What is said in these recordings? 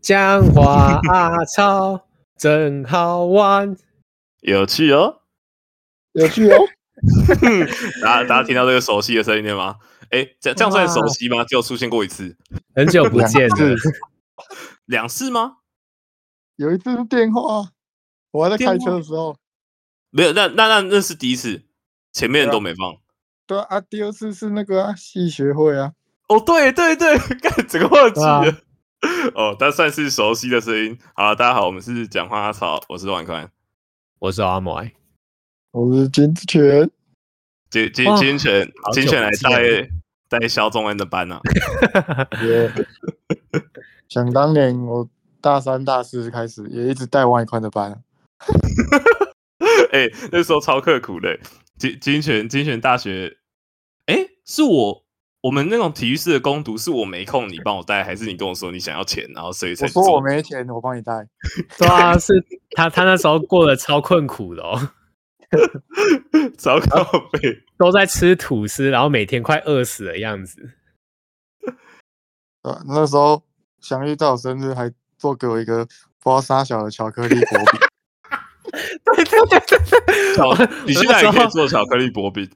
讲话啊操，真好 玩。有趣哦！有趣哦。大家大家听到这个熟悉的声音了吗？哎，这这样算熟悉吗？只有出现过一次，很久不见了是，两次吗？ 有一次是电话，啊我还在开车的时候。没有，那那那那是第一次，前面都没放。对啊，第二次是那个啊，戏学会啊，哦，对对对， 干整个忘记对了。啊哦，但算是熟悉的声音。好了，大家好，我们是讲话阿草，我是万宽。我是阿莫。我是金志 全，今今哇今晨好久今晨来不见带带肖宗恩的班啊。耶想当年我大三、大四开始也一直带万一宽的班，哎、那时候超刻苦的、金金泉金泉大学，哎、是我我们那种体育室的攻读，是我没空你帮我带，还是你跟我说你想要钱，然后所以才我说做我没钱，我帮你带。对啊，是他，他那时候过得超困苦的 哦，糟啊糕 被都在吃吐司，然后每天快饿死的样子。对啊，那时候想遇到我生日还做给我一个不知道啥小的巧克力薄饼，对对对对对，巧我你现在也可以做巧克力薄饼，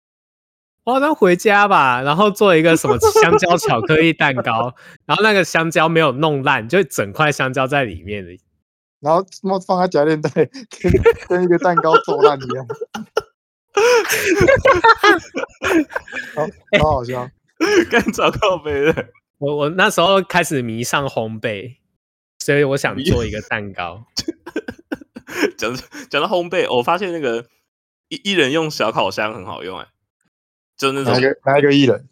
我好像回家吧，然后做一个什么香蕉巧克力蛋 糕，然后那个香蕉没有弄烂，就整块香蕉在里面的。然后放放在夹链袋，跟跟一个蛋糕做烂一样。 好，好好笑。干糟糕被的。我我那时候开始迷上烘焙，所以我想做一个蛋糕。讲讲到烘焙，我发现那个一一人用小烤箱很好用、哎，就那哪一种个哪一个艺人？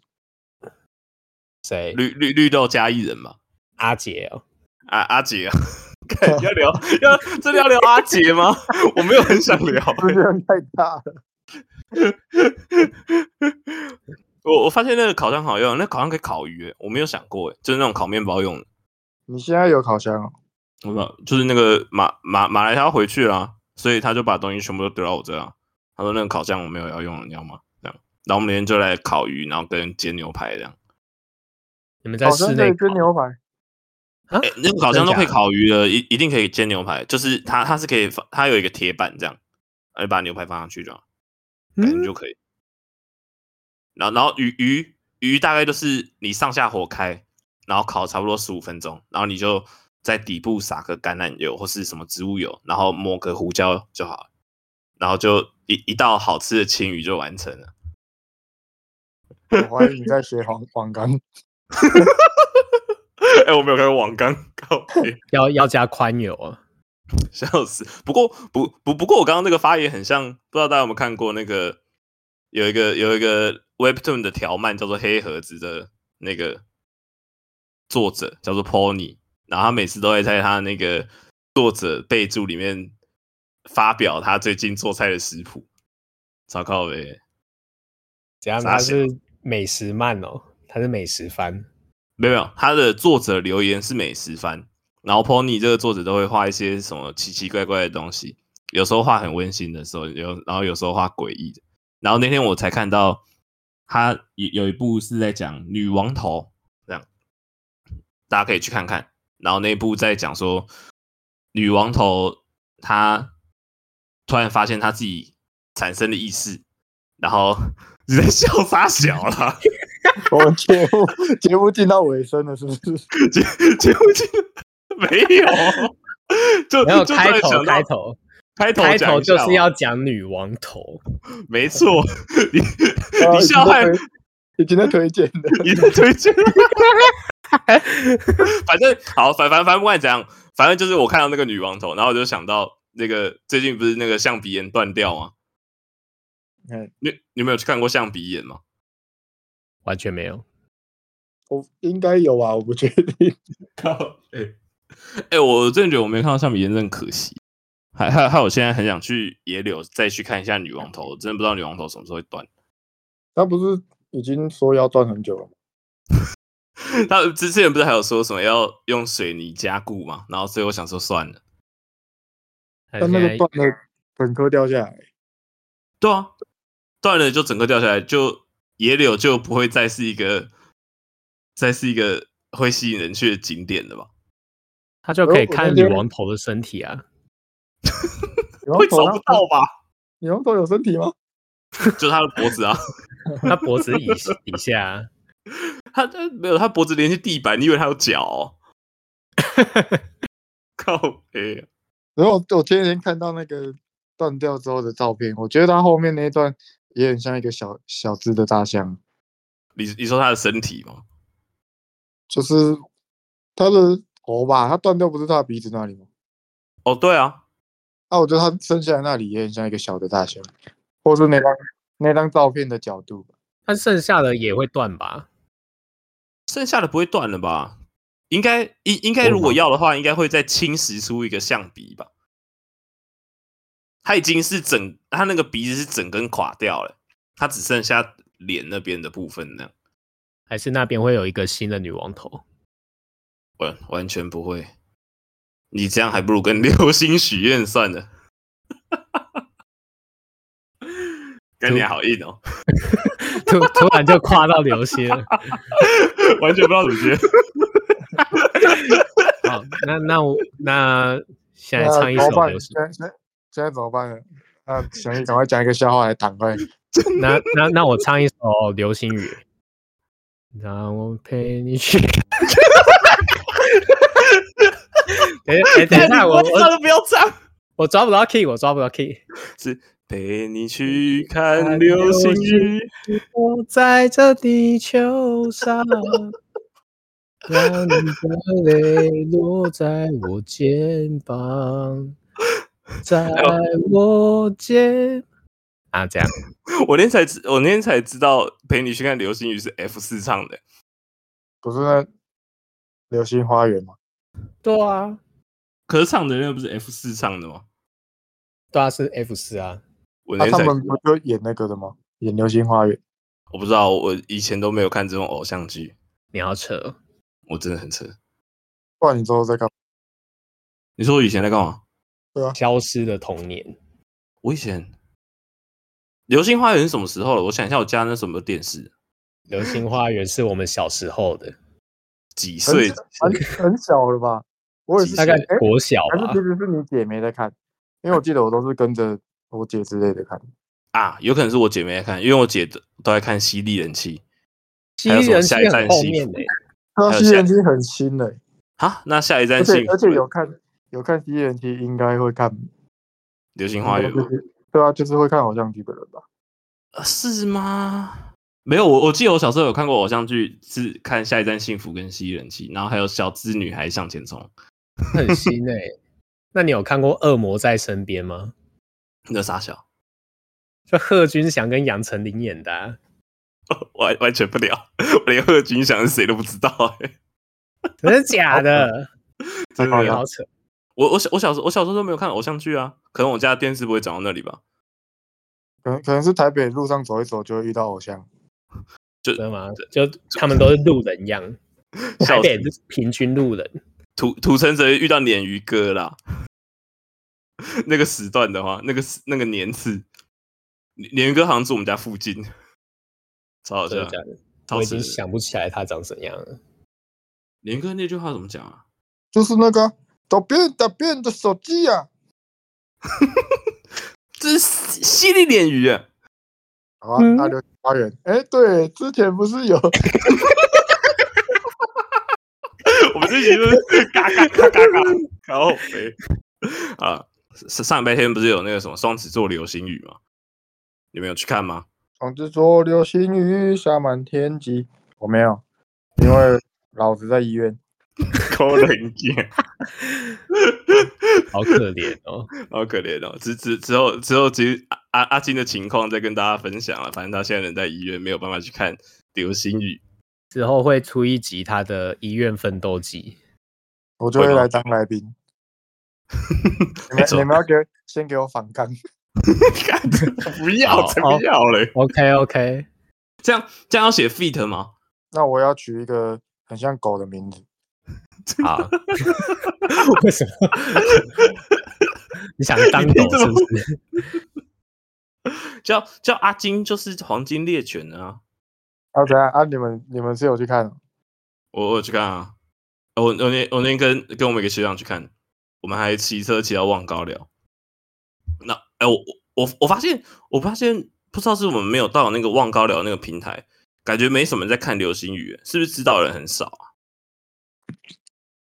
谁？绿绿绿豆加一人嘛。阿杰哦，啊，阿杰啊， 看 要聊要这里要聊阿杰吗？ 我没有很想聊、不是量太大了。我我发现那个烤箱好用，那烤箱可以烤鱼、欸，我没有想过、欸，就是那种烤面包用的。你现在有烤箱哦？我不知道，就是那个马马马来他要回去啦、所以他就把东西全部都丢到我这啊。他说那个烤箱我没有要用，你要吗？这样，然后我们那天就来烤鱼，然后跟煎牛排这样。你们在烤室箱可内以烤跟牛排， 啊哎、那个烤箱都可真以假的烤鱼的，一一定可以煎牛排，就是它它是可以放，它有一个铁板这样，然后你把牛排放上去这样。感觉嗯就可以。然后，然后鱼鱼鱼大概就是你上下火开，然后烤差不多十五分钟，然后你就在底部撒个橄榄油或是什么植物油，然后抹个胡椒就好了，然后就一一道好吃的青鱼就完成了。我怀疑你在学黄黄冈。哎、我没有看过网刚告别，要要加宽油啊。 笑死！不过不不不过我刚刚那个发言很像，不知道大家有没有看过那个有一个有一个 Webtoon 的条漫叫做《黑盒子》的那个作者叫做 Pony，然后他每次都会在他那个作者备注里面发表他最近做菜的食谱。糟糕呗，怎样？傻他小是美食漫哦，他是美食番。没有没有，他的作者留言是美食番，然后 Pony 这个作者都会画一些什么奇奇怪怪的东西，有时候画很温馨的时候，有然后有时候画诡异的。然后那天我才看到他有有一部是在讲女王头，这样大家可以去看看。然后那一部在讲说女王头她突然发现她自己产生了意识，然后 你在笑啥小啦？我们节目节目进到尾声了，是不是？ 节节目进 没有，就 没有就开突然头，想到开头，开头开讲头一下就是嘛要讲女王头。没错，你 啊你笑害已经在推已经在推荐的。你的推荐， 反正好反反反正不管怎样，反正就是我看到那个女王头，然后我就想到那个最近不是那个象鼻炎断掉吗？嗯，你你有没有去看过象鼻炎吗？完全没有，我应该有啊，我不确定。靠，哎、哎，我真的觉得我没看到橡皮炎，真的很可惜。还还还，我现在很想去野柳再去看一下女王头，我真的不知道女王头什么时候会断。他不是已经说要断很久了吗？他之前不是还有说什么要用水泥加固嘛，然后所以我想说算了。他但哎现那在个断了，本科掉下来，对啊，断了就整个掉下来，就野柳就不会再是一个再是一个会吸引人去的景点了吧？他就可以我我看那女天王头的身体啊。女会王头找不到吧？女王头有身体吗？就他的脖子啊，他脖子 以以下，啊他他没有，他脖子连接地板，你以为他有脚、哦？ 靠背、啊，然后我前几天看到那个断掉之后的照片，我觉得它后面那一段也很像一个小小只的大象，你你说他的身体吗？就是它的头吧，它断掉不是它的鼻子那里吗？哦，对啊，啊，我觉得它生下来那里也很像一个小的大象，或是那张那张照片的角度吧。但剩下的也会断吧？剩下的不会断了吧？应该应应该，如果要的话，应该会再侵蚀出一个象鼻吧。它已经是整，它那个鼻子是整根垮掉了，它只剩下脸那边的部分那样。还是那边会有一个新的女王头？完完全不会，你这样还不如跟 流星许愿算了。跟你好硬哦， 突突然就跨到流星了。完全不知道怎么接。好，那那我那现在那唱一怎么首办流行现。在现在现在怎么办呢？那小易赶快讲一个笑话来挡快。那那那我唱一首流星雨，让我陪你去。 等一下哎，等一 下，我唱我都不要唱，我抓不到 key，我抓不到 key。是陪你去看流星雨。我在这地球上，让你的泪落在我肩膀，在我肩啊，这样我那天才知，我那天才知道陪你去看流星雨是 F 四唱的，不是那流星花园吗？对啊，可是唱的那个不是 F 四唱的吗？对啊，是 F 四啊，我那啊，天才、他们不就演那个的吗？演流星花园。我不知道，我以前都没有看这种偶像剧，你好扯哦，我真的很扯。不然你之后再干嘛？你说我以前在干嘛？消失的童年，我以前流星花园是什么时候了？我想一下，我家那什么电视，流星花园是我们小时候的，几很岁小？很很小了吧？我也是几大岁概哎国小还是吧其，实是你姐没在看，因为我记得我都是跟着我姐之类的看。啊，有可能是我姐妹在看，因为我姐都都在看《犀利人气西还有什么人是下一站很后西面服的欸、那还有吸下人机很新嘞、》啊。那下一站而幸且福而且有看有看吸人机应该会看流星花园吗就？是对啊，就是会看偶像剧的人吧？呃是吗？没有，我我记得我小时候有看过偶像剧，是看《下一站幸福》跟《吸人气》，然后还有《小资女孩向前冲》，欸很新诶、 那你有看过《恶魔在身边》吗？那傻小，就贺军翔跟杨丞琳演的、啊，完完全不了， 我连贺军翔是谁都不知道、欸，真的假的？真好的扯有。好扯！我我小我小时候我小时候都没有看偶像剧啊，可能我家的电视不会转到那里吧。可能可能是台北路上走一走就会遇到偶像，真的吗？就他们都是路人样，台 笑北死，是平均路人。土土城则遇到鲶鱼哥啦。 那个时段的话，那个时那个年次，鲶鱼哥好像住我们家附近，超好真啊笑的，假的？超我已扯经的想不起来他长怎样了。连哥那句话怎么讲啊？就是那个找别人打别人的手机啊。这是犀犀利鲶鱼啊！好啊，那流星花园。哎、对，之前不是有 我们这集就是嘎嘎嘎嘎 嘎，然后诶啊，上上礼拜天不是有那个什么双子座流星雨吗？你们有去看 吗？总之说流星雨下满天际，我没有，因为老子在医院。抠人眼，好可怜哦！ 好可怜哦！之之之后之后，其实阿阿阿金的情况再跟大家分享了。反正他现在人在医院，没有办法去看流星雨。之后会出一集他的医院奋斗记，我就会会吗来当来宾。 你没们错你们要给先给我反抗，看， 不要，好才不要嘞！ OK OK，这样这样要写 feat 吗？那我要取一个很像狗的名字。好。 为什么？ 你想当狗你怎是么不是？叫叫阿金就是黄金猎犬啊！啊，等一下啊，你们你们是有去看哦？我我有去看啊，我我那天我那天跟跟我们一个学长去看，我们还骑车骑到望高寮。那哎、我我我发现我发现不知道是我们没有到那个望高寮那个平台，感觉没什么人在看流星雨，是不是知道的人很少啊？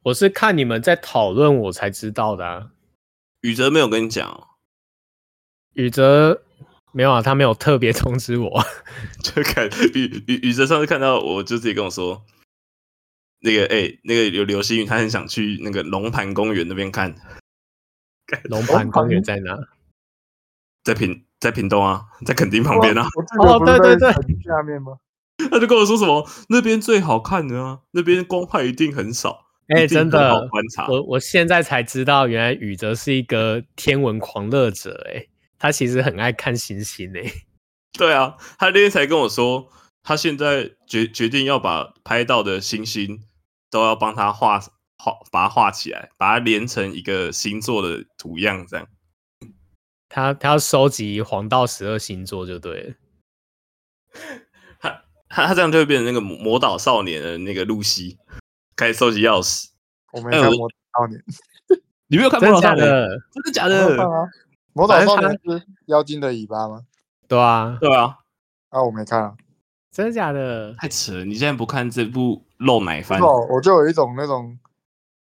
我是看你们在讨论我才知道的、啊。宇哲没有跟你讲、哦， 宇哲没有啊，他没有特别通知我。就看宇宇宇哲上次看到我就自己跟我说，那个哎、那个有流星雨，他很想去那个龙盘公园那边看，龙盘公园在哪？在屏在屏东啊，在垦丁旁边啊。我这个哦不是对对在对很下面吗？他就跟我说什么那边最好看的啊，那边光害一定很少，哎、一真定很好的，观察。我我现在才知道，原来宇哲是一个天文狂热者、哎，他其实很爱看星星、哎，对啊，他那天才跟我说，他现在决决定要把拍到的星星都要帮他画画，把它画起来，把它连成一个星座的图样，这样。他他要收集黄道十二星座就对了。他他他这样就会变成那个魔魔导少年的那个露西，开始收集钥匙。我没哎看我过少年，你没有看真的魔导少假年？的？哦真的假我没有看的？ 啊。魔导反正少年是妖精的尾巴吗？对啊，对啊，啊，我没看啊。真的假的？太扯了！你现在不看这部露奶不番知，道，我就有一种那种，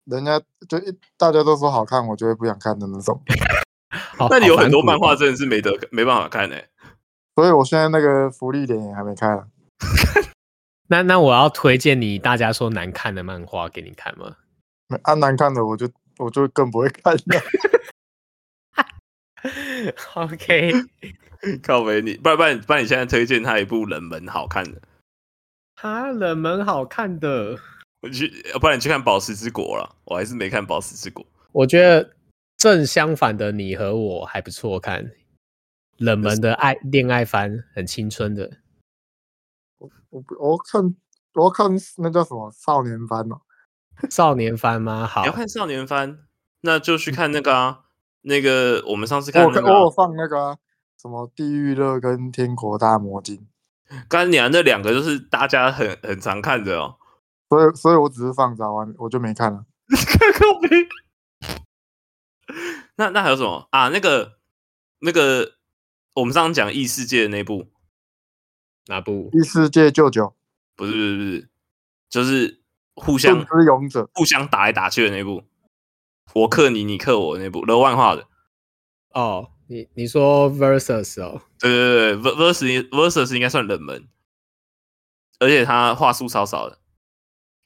人家就一大家都说好看，我就会不想看的那种。好那你有很多好反漫骨哦画真的是没得没办法看欸诶、所以我现在那个福利脸也还没看啊。那那我要推荐你大家说难看的漫画给你看 吗？没啊，难看的我就我就更不会看了。 OK，靠北你，不然不然不然你现在推荐他一部冷门好看的， 哈，冷门好看的，我去，呃不然你去看《宝石之国》了，我还是没看《宝石之国》。我觉得正相反的你和我还不错看，冷门的爱恋爱番，很青春的。我不我看我看那叫什么少年番哦，少年番吗？好你要，看少年番，那就去看那个啊，那个我们上次我看有那看个我有啊放那个啊、什么地狱乐跟天国大魔镜，干娘那两个，就是大家很很常看的哦。所以所以我只是放着玩，我就没看了。靠北那那还有什么啊？那个那个，我们上次讲异世界的那部，哪部？异世界舅舅不是不是不是，就是互盾相之勇者，互相打来打去的那部，我克你，你克我那部，乐万画的。哦，你你说 versus 哦，对对对对，Vers versus versus 应该算冷门，而且他话术超少的，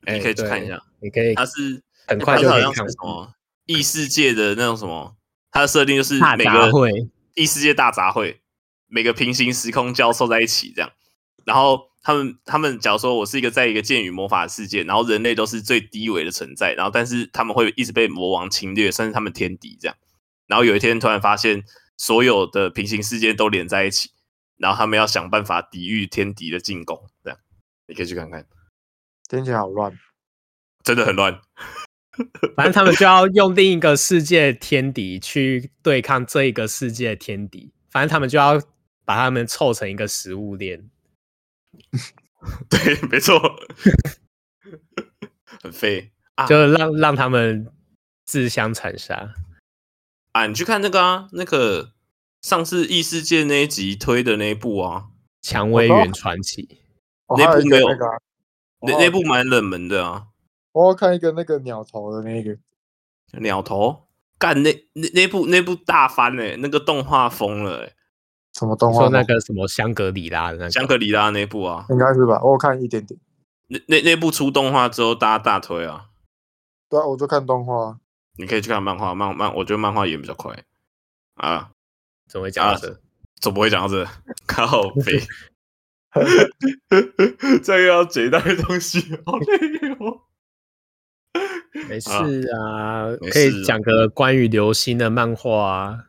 哎你可以去对看一下。你可以啊他是很快它就是好可以像是看完什么异世界的那种什么，它的设定就是大每杂个烩，异世界大杂烩，每个平行时空交错在一起这样。然后他们他们假如说我是一个在一个剑与魔法的世界，然后人类都是最低微的存在，然后但是他们会一直被魔王侵略，算是他们天敌这样。然后有一天突然发现所有的平行世界都连在一起，然后他们要想办法抵御天敌的进攻，这样你可以去看看，听起来好乱。真的很乱。 反正他们就要用另一个世界天敌去对抗这一个世界天敌，反正他们就要把他们凑成一个食物链。对，没错， 很废啊就让让他们自相残杀。啊！你去看那个啊，那个上次异世界那一集推的那一部啊，蔷薇园传奇，我那还有部没一个有那个啊、那哦那部蛮冷门的啊，我要看一个那个鸟头的那个，鸟头干那那那部那部大翻嘞、那个动画疯了、欸，什么动你画说吗？那个什么香格里拉的那香个，格里拉那部啊，应该是吧？我有看一点点。那那那部出动画之后大家大推啊，对啊，我就看动画啊。你可以去看漫画，漫漫我觉得漫画演比较快啊，怎么会讲到这？总不会讲到这靠背，这个要解带东西，好累哦。没事啊，没事可以讲个关于流星的漫画啊。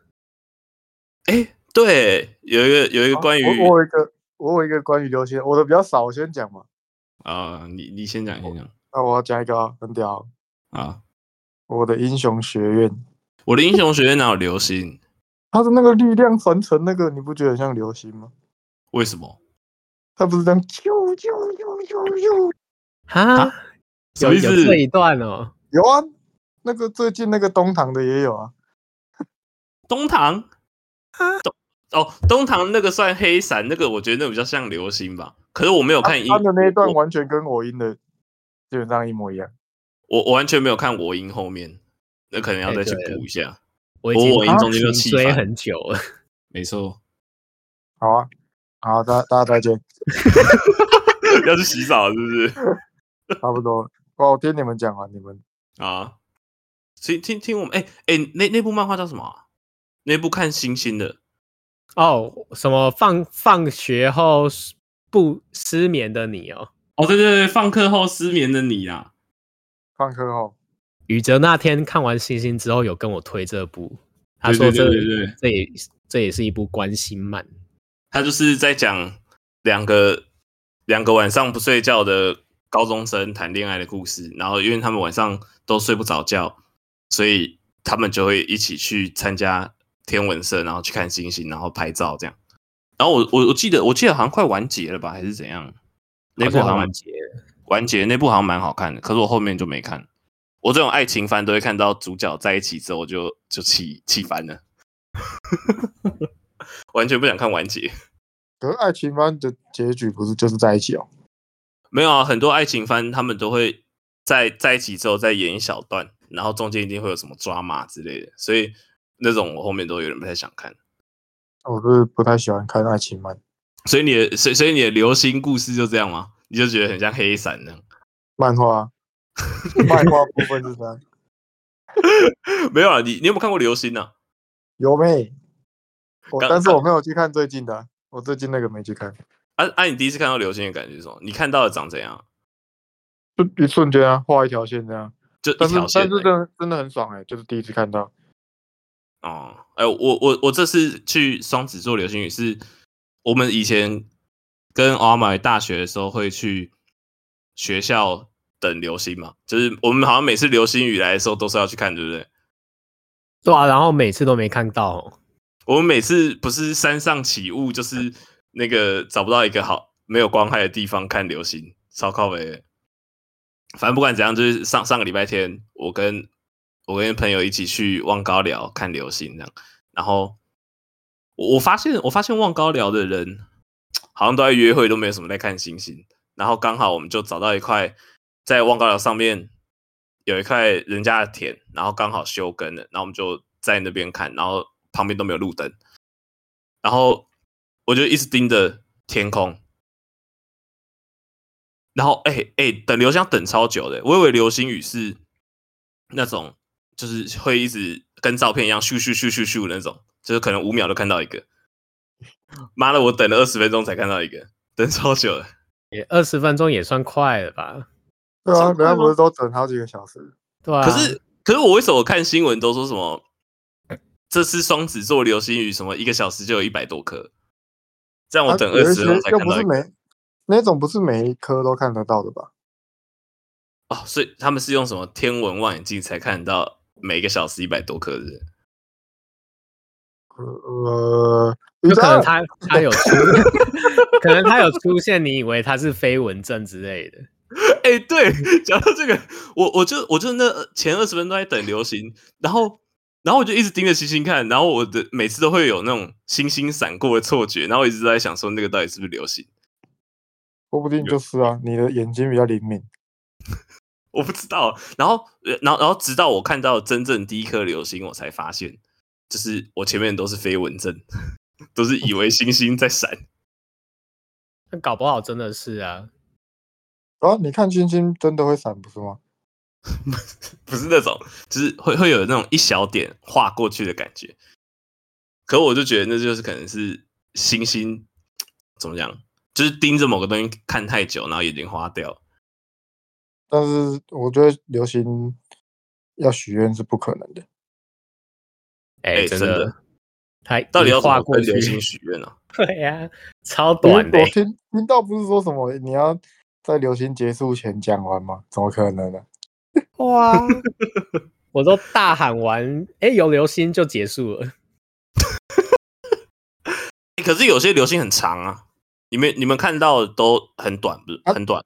哎，对，有一个有一个关于我我有一个我有一个关于流星，我的比较少，我先讲嘛。啊、你你先讲先讲那我要讲一个啊很屌，啊，我的英雄学院，我的英雄学院哪有流星？它的那个力量传承那个，你不觉得很像流星吗？为什么？它不是这样啾啾啾啾啾，哈，啊什有么意有思？这一段哦，有啊，那个最近那个东堂的也有啊，东堂，东哦，东堂那个算黑伞，那个我觉得那比较像流星吧。可是我没有看他音，啊他的那一段我完全跟我音的基本上一模一样。我我完全没有看我音后面，那可能要再去补一下。我已经哦我我已经中间就停气追烦很久了。没错，好啊，好，大大家再见， 要去洗澡了是不是？差不多了。哇，我听你们讲完，你们啊，听听听我们，哎、哎、那那部漫画叫什么啊、那部看星星的，哦，什么放放学后不失眠的你哦，哦，对对对，放课后失眠的你啊，放课后宇哲那天看完《星星》之后有跟我推这部，他对说对这对对对，这也这也是一部关心漫，他就是在讲两个两个晚上不睡觉的高中生谈恋爱的故事，然后因为他们晚上都睡不着觉，所以他们就会一起去参加天文社，然后去看星星，然后拍照这样。然后我我我记得我记得好像快完结了吧，还是怎样？那部好像完结了完结那部好像蛮好看的，可是我后面就没看。我这种爱情番都会看到主角在一起之后就就气气翻了， 完全不想看完结。可是爱情番的结局不是就是在一起哦？没有啊，很多爱情番他们都会在在一起之后再演一小段，然后中间一定会有什么抓马之类的，所以那种我后面都有点不太想看。我是不太喜欢看爱情漫，所以你的所以所以你的流星故事就这样吗？你就觉得很像黑伞那样？ 漫画啊，漫画部分是这样。没有啊，你你有没有看过流星啊？有没？我刚但是刚我没有去看最近的啊、我最近那个没去看，啊啊！你第一次看到流星的感觉是什么？你看到的长怎样？就一瞬间啊，画一条线这样。就一但是条但线是而真已。的真的很爽哎、就是第一次看到。哦，哎、我我我这次去双子座流星雨是，我们以前跟阿玛大学的时候会去学校等流星嘛，就是我们好像每次流星雨来的时候都是要去看，对不对？对啊，然后每次都没看到、哦，我们每次不是山上起雾，就是那个找不到一个好没有光害的地方看流星，超靠北的。反正不管怎样，就是上上个礼拜天，我跟我跟朋友一起去望高寮看流星这样，然后我我发现我发现望高寮的人好像都在约会，都没有什么在看星星。然后刚好我们就找到一块在望高寮上面有一块人家的田，然后刚好休耕了，然后我们就在那边看，然后旁边都没有路灯，然后我就一直盯着天空，然后哎哎、等流星要等超久的，我以为流星雨是那种就是会一直跟照片一样咻咻咻咻咻的那种，就是可能五秒就看到一个。妈的，我等了二十分钟才看到一个，等超久了。也二十分钟也算快了吧？对啊，超人快家不吗是都整好几个小时？对啊，可是，可是我为什么看新闻都说什么这次双子座流星雨什么一个小时就有一百多颗，这样我啊等有二一十分钟些才又看不到是一个每那种不是每一科都看得到的吧？哦，所以他们是用什么天文望远镜才看到每个小时一百多颗的人？呃，有可能他他他有 出，可能他有出现，你以为他是飞蚊症之类的， 哎、对，讲到这个，我我就我就那前二十分钟在等流星，然后然后我就一直盯着星星看，然后我的每次都会有那种星星闪过的错觉，然后我一直在想说那个到底是不是流星，说不定就是啊，你的眼睛比较灵敏。我不知道。然后呃然后然后直到我看到真正第一颗流星，我才发现，就是我前面都是飞蚊症，都是以为星星在闪。那搞不好真的是啊。然后啊你看星星真的会闪，不是吗？不是那种，就是会会有那种一小点划过去的感觉。可我就觉得那就是可能是星星怎么讲，就是盯着某个东西看太久，然后眼睛花掉。但是我觉得流星要许愿是不可能的。哎、哎真真的，他到底要一怎么划过跟去流，星许愿啊？对呀、超因为短的、我听听到不是说什么你要在流星结束前讲完吗？怎么可能呢、哇！我都大喊完，哎、有流星就结束了。 欸可是有些流星很长啊，你们你们看到的都很短，不是啊很短？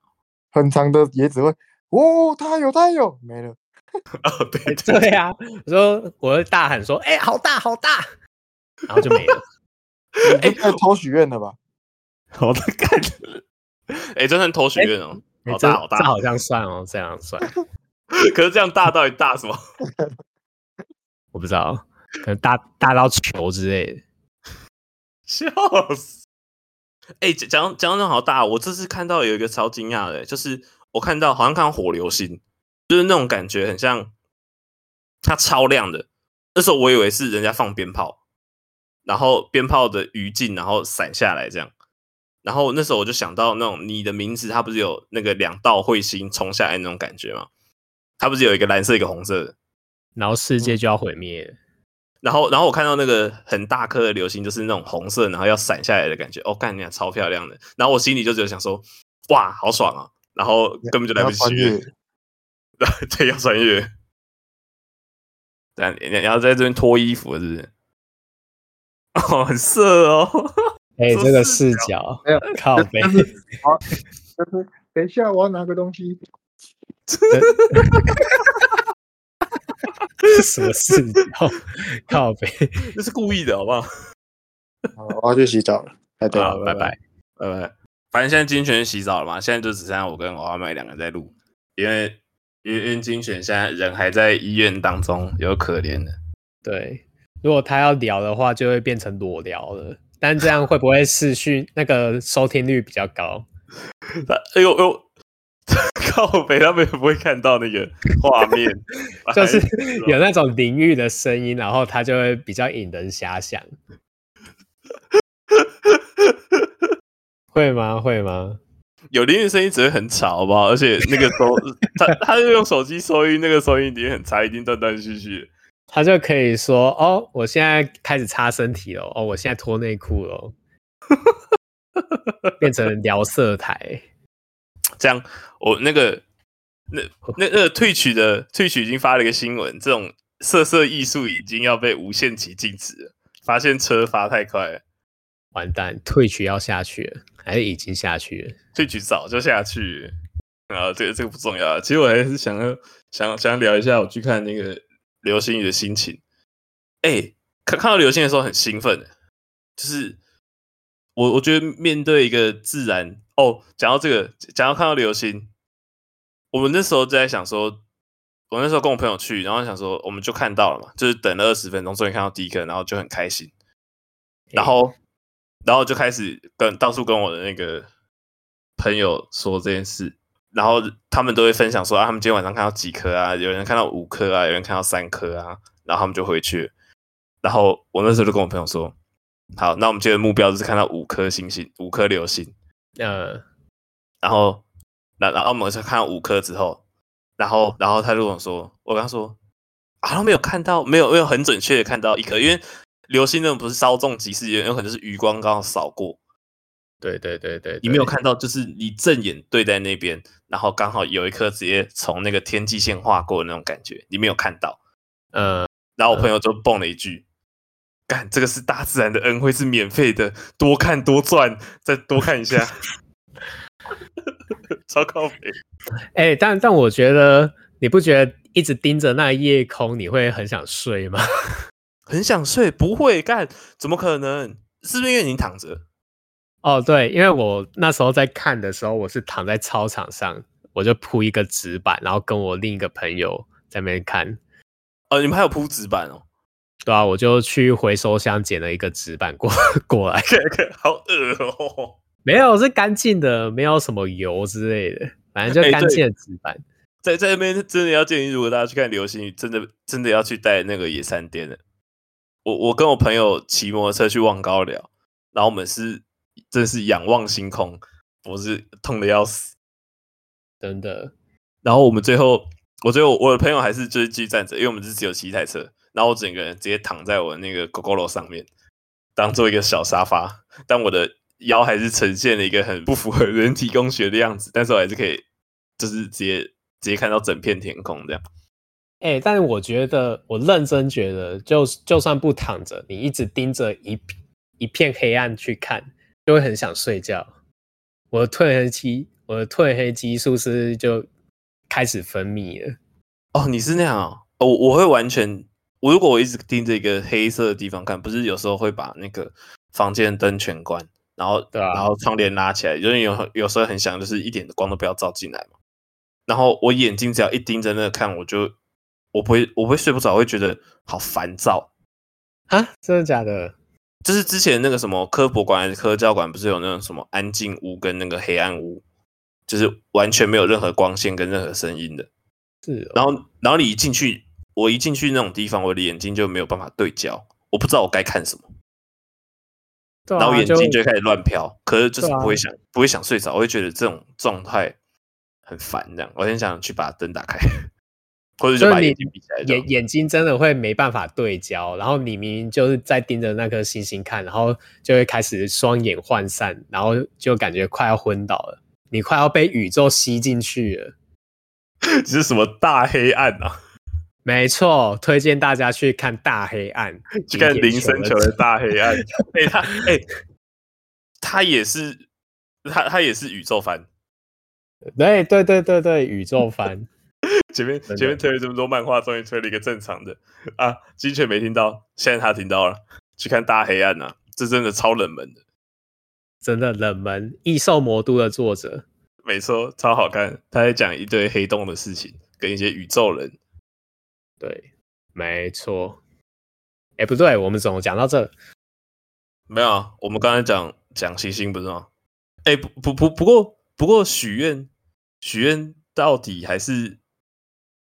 很长的也只会哦，它有它有，没了。哦，对对对啊呀、我说我会大喊说，哎、好大好大，然后就没了。 哎，太偷许愿了吧？好的干。 哎，真的偷许愿哦，哎好这大好这大。 好像算哦，这样算，可是这样大到底大什么？ 我不知道，可能大大到球之类的。笑死！哎、讲讲讲到好大，我这次看到有一个超惊讶的、就是我看到好像看到火流星，就是那种感觉很像，它超亮的。那时候我以为是人家放鞭炮，然后鞭炮的余烬然后散下来这样。然后那时候我就想到那种你的名字，它不是有那个两道彗星冲下来那种感觉吗？它不是有一个蓝色一个红色的，然后世界就要毁灭了。然后，然后我看到那个很大颗的流星，就是那种红色，然后要闪下来的感觉。哦，干你、啊、超漂亮的。然后我心里就只有想说，哇，好爽啊！然后根本就来要不及穿越， 对，要穿越。啊但你你要在这边脱衣服，是不 是？哦，很色哦。 哎、这这个视视角，靠背，就是等一下我要拿个东西，什么视 角？靠背，这是故意的，好不好？好我要去洗澡了。哎，对，好好，拜啊拜拜。拜拜。呃反正现在金泉洗澡了嘛，现在就只剩下我跟娃娃妹两个在录，因为因为因为金泉现在人还在医院当中，有可怜的。对，如果他要聊的话，就会变成裸聊了。但这样会不会视讯那个收听率比较高？，他哎呦哎呦， 靠北，他们也不会看到那个画面 就是哎有那种淋浴的声音，然后他就会比较引人遐想，会吗？会吗？有淋浴声音只会很吵，好不好？而且那个收他 他就用手机收音，那个收音也很差，一定断断续续。他就可以说：“哦，我现在开始擦身体了，哦，我现在脱内裤了，变成聊色台。这样，我那个那那那个退取的退取已经发了一个新闻，这种色色艺术已经要被无限期禁止了。发现车发太快了，完蛋，退取要下去了，还是已经下去了？退取早就下去了啊，这个这个不重要啊。其实我还是想要想想聊一下我去看那个流星雨的心情。哎、看看到流星的时候很兴奋，欸就是我我觉得面对一个自然哦，讲到这个，讲到看到流星，我们那时候就在想说，我那时候跟我朋友去，然后想说我们就看到了嘛，就是等了二十分钟，终于看到第一颗，然后就很开心，然后然后就开始跟到处跟我的那个朋友说这件事。然后他们都会分享说啊，他们今天晚上看到几颗啊，有人看到五颗啊，有人看到三颗啊，然后他们就回去了。然后我那时候就跟我朋友说，好，那我们今天的目标就是看到五颗星星，五颗流星。呃，然后，然然后我们是看到五颗之后，然后然后他就跟我说，我跟他说，好像没有看到，没有没有很准确的看到一颗，因为流星那种不是稍纵即逝，有有可能就是余光刚好扫过，对对对对你没有看到，就是你正眼对在那边，然后刚好有一颗直接从那个天际线划过的那种感觉，你没有看到。呃，然后我朋友就蹦了一句：“干，这个是大自然的恩惠，是免费的，多看多赚，再多看一下。” 超靠北。哎、但但我觉得，你不觉得一直盯着那夜空，你会很想睡吗？很想睡，不会干，怎么可能？是不是因为你躺着？哦，对，因为我那时候在看的时候，我是躺在操场上，我就铺一个纸板，然后跟我另一个朋友在那边看。哦，你们还有铺纸板哦，对啊，我就去回收箱捡了一个纸板过 过来， 好恶哦。没有是干净的，没有什么油之类的，反正就哎干对净的纸板。在在那边真的要建议，如果大家去看流星雨，真的真的要去带那个野餐垫的。我我跟我朋友骑摩托车去望高寮，然后我们是真是仰望星空，我是痛的要死。真的，然后我们最后，我最后我的朋友还是就是继续站着，因为我们是只有骑一台车，然后我整个人直接躺在我那个 g o g o 上面，当做一个小沙发，但我的腰还是呈现了一个很不符合人体工学的样子，但是我还是可以就是直接直接看到整片天空这样。哎、但是我觉得，我认真觉得，就就算不躺着，你一直盯着一一片黑暗去看，就会很想睡觉。我的褪黑激，我的褪黑激素是不是就开始分泌了。哦，你是那样哦，哦我我会完全，我如果我一直盯着一个黑色的地方看，不是有时候会把那个房间灯全关，然后对啊然后窗帘拉起来，因为有有时候很想就是一点光都不要照进来嘛。然后我眼睛只要一盯着那个看，我就我不会我不会睡不着，我会觉得好烦躁。啊，真的假的？就是之前那个什么科博馆还是科教馆，不是有那种什么安静屋跟那个黑暗屋，就是完全没有任何光线跟任何声音的。是哦，然后然后你一进去，我一进去那种地方，我的眼睛就没有办法对焦，我不知道我该看什么，对啊然后眼就睛就会开始乱飘。可是就是对啊不会想、不会想睡着，我会觉得这种状态很烦，这样我很想去把灯打开，或者就就是把你眼睛闭起来这样。眼眼睛真的会没办法对焦，然后你明明就是在盯着那颗星星看，然后就会开始双眼涣散，然后就感觉快要昏倒了，你快要被宇宙吸进去了。这是什么大黑暗啊？没错，推荐大家去看《大黑暗》， 去看今天林森的球 的大 黑暗。哎、他哎、他也是他他也是宇宙番。对对对对对，宇 宙番前面真的前面推了这么多漫画，终于推了一个正常的啊！金犬没听到，现在他听到了，去看《大黑暗》啊，这真的超冷门的，真的冷门，《异兽魔都》的作者，没错，超好看。他在讲一堆黑洞的事情，跟一些宇宙人。对，没错。哎，不对，我们怎么讲到这？没有啊，我们刚才讲讲星星不是吗？哎、不不不，不过不过许愿许愿到底还是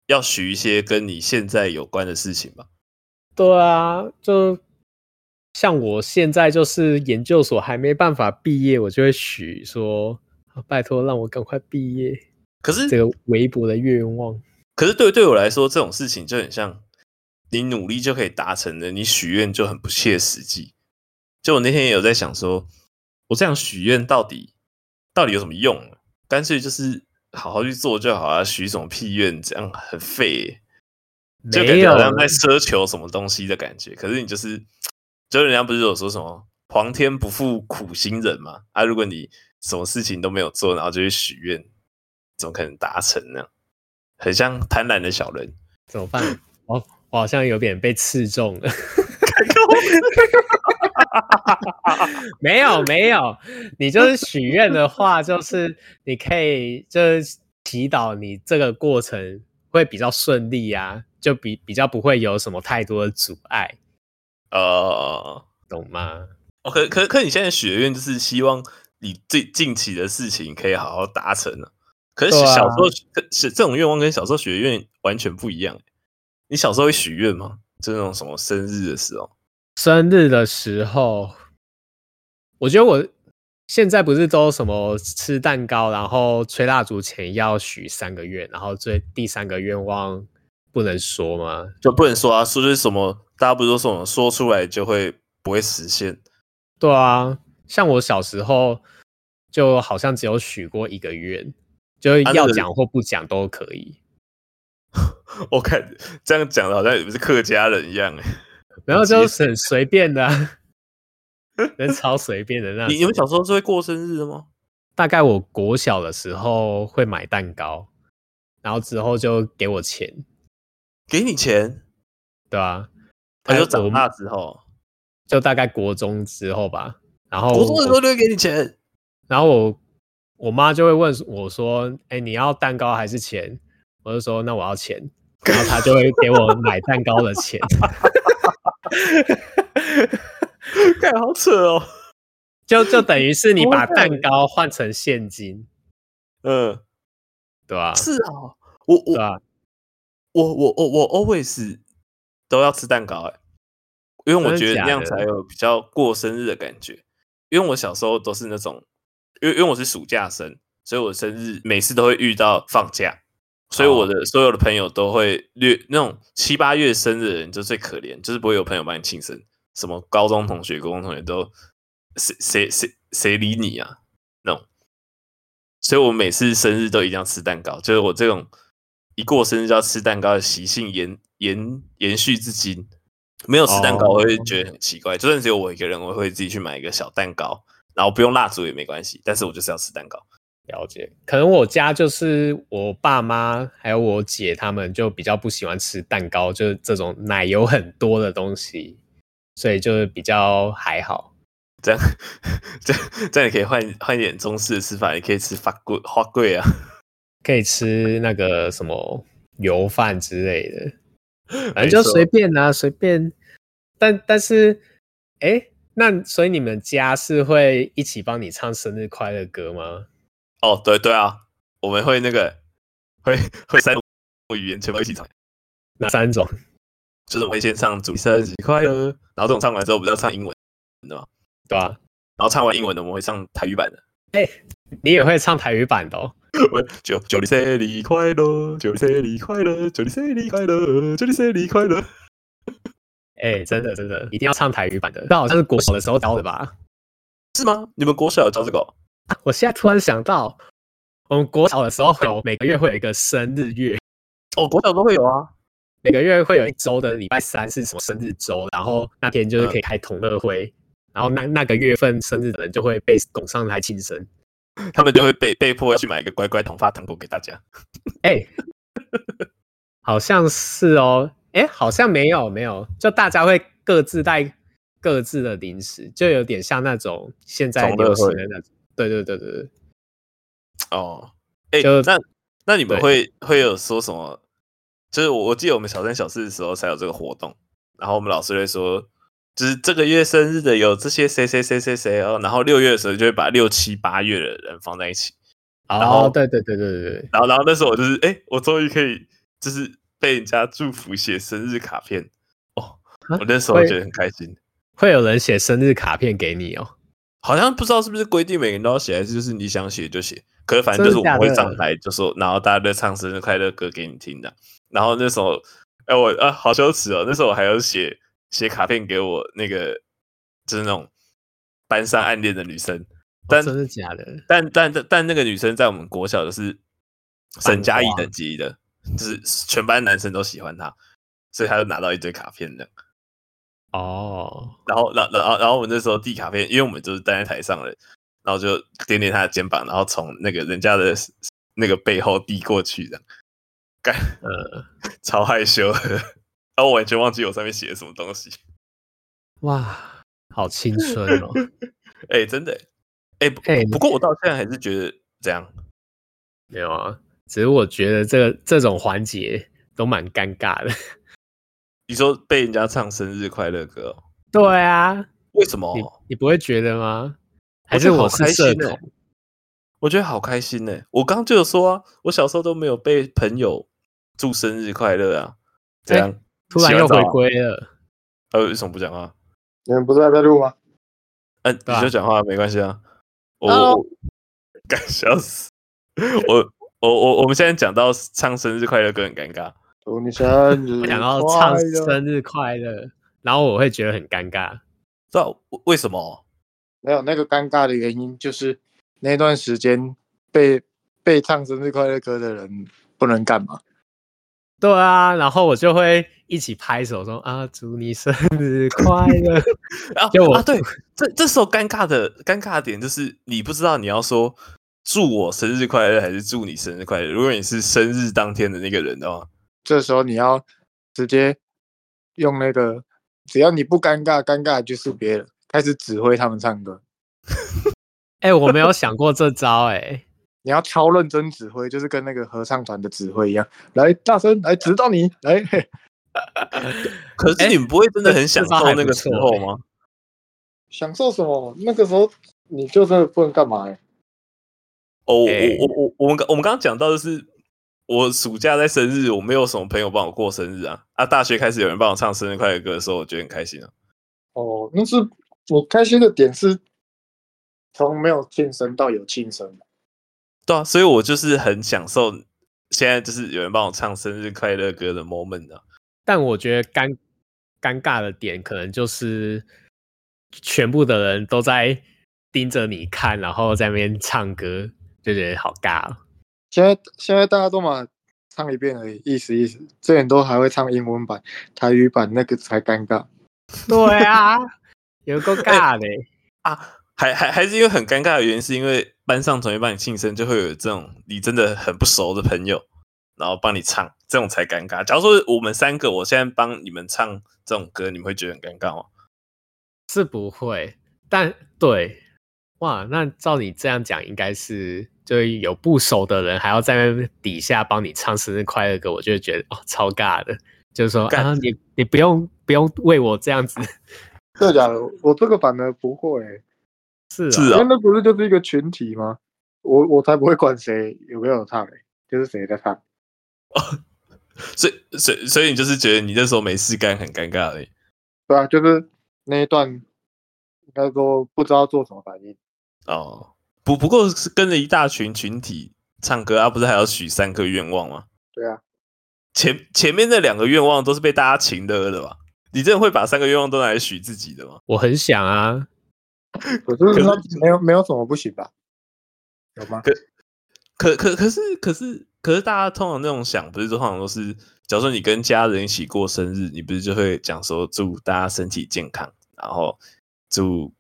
要许一些跟你现在有关的事情吧。对啊，就像我现在就是研究所还没办法毕业，我就会许说，啊拜托让我赶快毕业，可是这个微薄的愿望。可是对对我来说，这种事情就很像你努力就可以达成的，你许愿就很不切实际。就我那天也有在想说，我这样许愿到底到底有什么用啊？干脆就是好好去做就好啊，许什么屁愿，这样很废欸耶、就感没觉有啊好像在奢求什么东西的感觉。可是你就是，就人家不是有说什么“皇天不负苦心人”嘛？啊，如果你什么事情都没有做，然后就去许愿，怎么可能达成呢？很像贪婪的小人。怎么办？我我好像有点被刺中了。 没有没有，你就是许愿的话，就是你可以就是祈祷你这个过程会比较顺利啊，就比比较不会有什么太多的阻碍，呃，懂吗？哦可可可，你现在许的愿就是希望你最近期的事情可以好好达成啊。可是对啊小时候可是、这种愿望跟小时候许的愿完全不一样。欸你小时候会许愿吗？就那种什么生日的时候。生日的时候，我觉得我现在不是都什么吃蛋糕，然后吹蜡烛前要许三个愿，然后最第三个愿望不能说吗？就不能说啊，说就是什么，大家不是说什么说出来就会不会实现？对啊，像我小时候就好像只有许过一个愿，就是啊那要个讲或不讲都可以。我看这样讲的好像你们是客家人一样哎、然后很就接是很随便的、啊， 人超随便的那你种。你们小时候是会过生日的吗？大概我国小的时候会买蛋糕，然后之后就给我钱，给你钱，对啊，他就但我长大之后，就大概国中之后吧。然后国中的时候哦我，就会给你钱， 然后我我妈就会问我说：“哎、你要蛋糕还是钱？”我就说：“那我要钱。”然后她就会给我买蛋糕的钱。 看好扯哦。就就等于是你不把会蛋糕换成现金，嗯，对吧、是啊，我对我吧、我我我我 always 都要吃蛋糕哎、因为我觉真的得假那样的才有比较过生日的感觉。因为我小时候都是那种，因为因为我是暑假生，所以我生日每次都会遇到放假，所以哦我的所有的朋友都会略那种七八月生日的人就最可怜，就是不会有朋友帮你庆生，什么高中同学、高中同学都谁谁谁谁理你啊那种。所以我每次生日都一定要吃蛋糕，就是我这种一过生日就要吃蛋糕的习性延延延续至今。没有吃蛋糕，哦我会觉得很奇怪。就算只有我一个人，我会自己去买一个小蛋糕，然后不用蜡烛也没关系，但是我就是要吃蛋糕。 了解，可能我家就是我爸妈还有我姐他们就比较不喜欢吃蛋糕，就是这种奶油很多的东西，所以就是比较还好。这样这样这样你可以换换一点中式的吃法，你可以吃法棍花桂啊，可以吃那个什么油饭之类 的，反正没就错随便啊，随便。但但是，哎、那所以你们家是会一起帮你唱生日快乐歌吗？哦，对对啊，我们会那个会会三种语言全部一起唱，哪三种？就是我们会先唱主生日快乐，然后这种唱完之后，我们要唱英文的嘛，对吧、然后唱完英文的，我们会唱台语版的，你也会唱台语版的、哦？我九九你生日快乐，九你生日快乐，九你生日快乐，九你生日快乐。哎、真的真的，一定要唱台语版的。那好像是国小的时候教的吧？ 是吗？你们国小有教这个、哦？啊我现在突然想到，我们国小的时候会有每个月会有一个生日月，哦，国小都会有啊。每个月会有一周的礼拜三是什么生日周，然后那天就是可嗯以开同乐会，然后那那个月份生日的人就会被拱上台庆生。他们就会被被迫要去买一个乖乖桶发糖果给大家。哎、好像是哦，哎、好像没有没有，就大家会各自带各自的零食，就有点像那种现在同乐流行会的那种。对对对对对。哦，哎、就那那你们对会会有说什么？就是我我记得我们小三小四的时候才有这个活动，然后我们老师会说，就是这个月生日的有这些谁谁谁谁谁哦，然后六月的时候就会把六七八月的人放在一起，然后哦，对对对对对对，然后然后那时候我就是哎、我终于可以就是被人家祝福写生日卡片哦，啊我那时候会觉得很开心。会有人写生日卡片给你哦。好像不知道是不是规定每个人都要写，还是就是你想写就写。可是反正就是我真们的会假的上台就说，然后大家都唱生日快乐歌给你听的。然后那时候，哎、我啊好羞耻哦，那时候我还要写写卡片给我那个就是那种班上暗恋的女生，但、哦真的假的？但但但但那个女生在我们国小的是沈佳宜等级的，就是全班男生都喜欢她，所以她就拿到一堆卡片的。 哦，然后，然然后，然后我那时候递卡片，因为我们就是站在台上的，然后就点点他的肩膀，然后从那个人家的那个背后递过去的，干，呃，超害羞的，然后我完全忘记我上面写了什么东西。哇，好青春 哦！哎、真的、哎、不嘿不过我到现在还是觉得这样，没有啊，只是我觉得这个这种环节都蛮尴尬的。你说被人家唱生日快乐歌哦，对啊，为什么？你你不会觉得吗？还觉是得好我是开社心哦恐？我觉得好开心呢、我刚刚就有说啊，我小时候都没有被朋友祝生日快乐啊，这哎样？突然洗完又澡回啊归了，呃，为什么不讲话？你们不是还在录吗？嗯、对啊你就讲话没关系啊。我哦我 干笑死！我我我我们现在讲到唱生日快乐歌很尴尬，祝哦你哎生 我嗯日快想要唱乐！生日快乐，然后我会觉得很尴尬。知道啊为什么？没有那个尴尬的原因，就是那段时间被被唱生日快乐歌的人不能干嘛？对啊，然后我就会一起拍手说啊，祝你生日快乐。 啊就我啊，对，这这时候尴尬的尴尬的点就是你不知道你要说祝我生日快乐还是祝你生日快乐。如果你是生日当天的那个人的话，这时候你要直接用那个，只要你不尴尬，尴尬的就是别人开始指挥他们唱歌。哎、我没有想过这招哎、你要超认真指挥，就是跟那个合唱团的指挥一样，来大声来指导你来。嘿可是哎你们不会真的很这享这招还受那不个时错候哎吗？享受什么？那个时候你就真的不能干嘛、欸？哦，我哎我我我们刚我们刚刚讲到的是，我暑假在生日，我没有什么朋友帮我过生日啊。啊，大学开始有人帮我唱生日快乐歌的时候，我觉得很开心啊。哦，那是你开心的点是从没有庆生到有庆生。对啊，所以我就是很享受现在就是有人帮我唱生日快乐歌的 moment 啊。但我觉得尴尴尬的点可能就是全部的人都在盯着你看，然后在那边唱歌，就觉得好尬、哦。 现在现在大家都嘛唱一遍而已，意思意思。之前都还会唱英文版、台语版，那个才尴尬。哎对啊，有够尬的欸、啊，还还还是因为很尴尬的原因，是因为班上同学帮你庆生，就会有这种你真的很不熟的朋友，然后帮你唱，这种才尴尬。假如说我们三个，我现在帮你们唱这种歌，你们会觉得很尴尬吗？是不会，但对，哇，那照你这样讲，应该是就是有不熟的人还要在那边底下帮你唱生日快乐歌，我就会觉得哦超尬的，就是说干啊你你不用不用为我这样子， 真的假的？我这个反而不会、欸是啊、是因啊为，那不是就是一个群体吗？我我才不会管谁有没有唱、欸，就是谁在唱。所以所以所以你就是觉得你那时候没事干很尴尬而已。对啊，就是那一段，应该说不知道做什么反应。哦，不不过是跟着一大群群体唱歌啊，不是还要许三个愿望吗？对啊，前前面那两个愿望都是被大家请的的吧？你真的会把三个愿望都拿来许自己的吗？我很想啊，可是那可没有没有什么不行吧？有吗？可可可是可是可是大家通常那种想，不是通常都是，假如说你跟家人一起过生日，你不是就会讲说祝大家身体健康，然后祝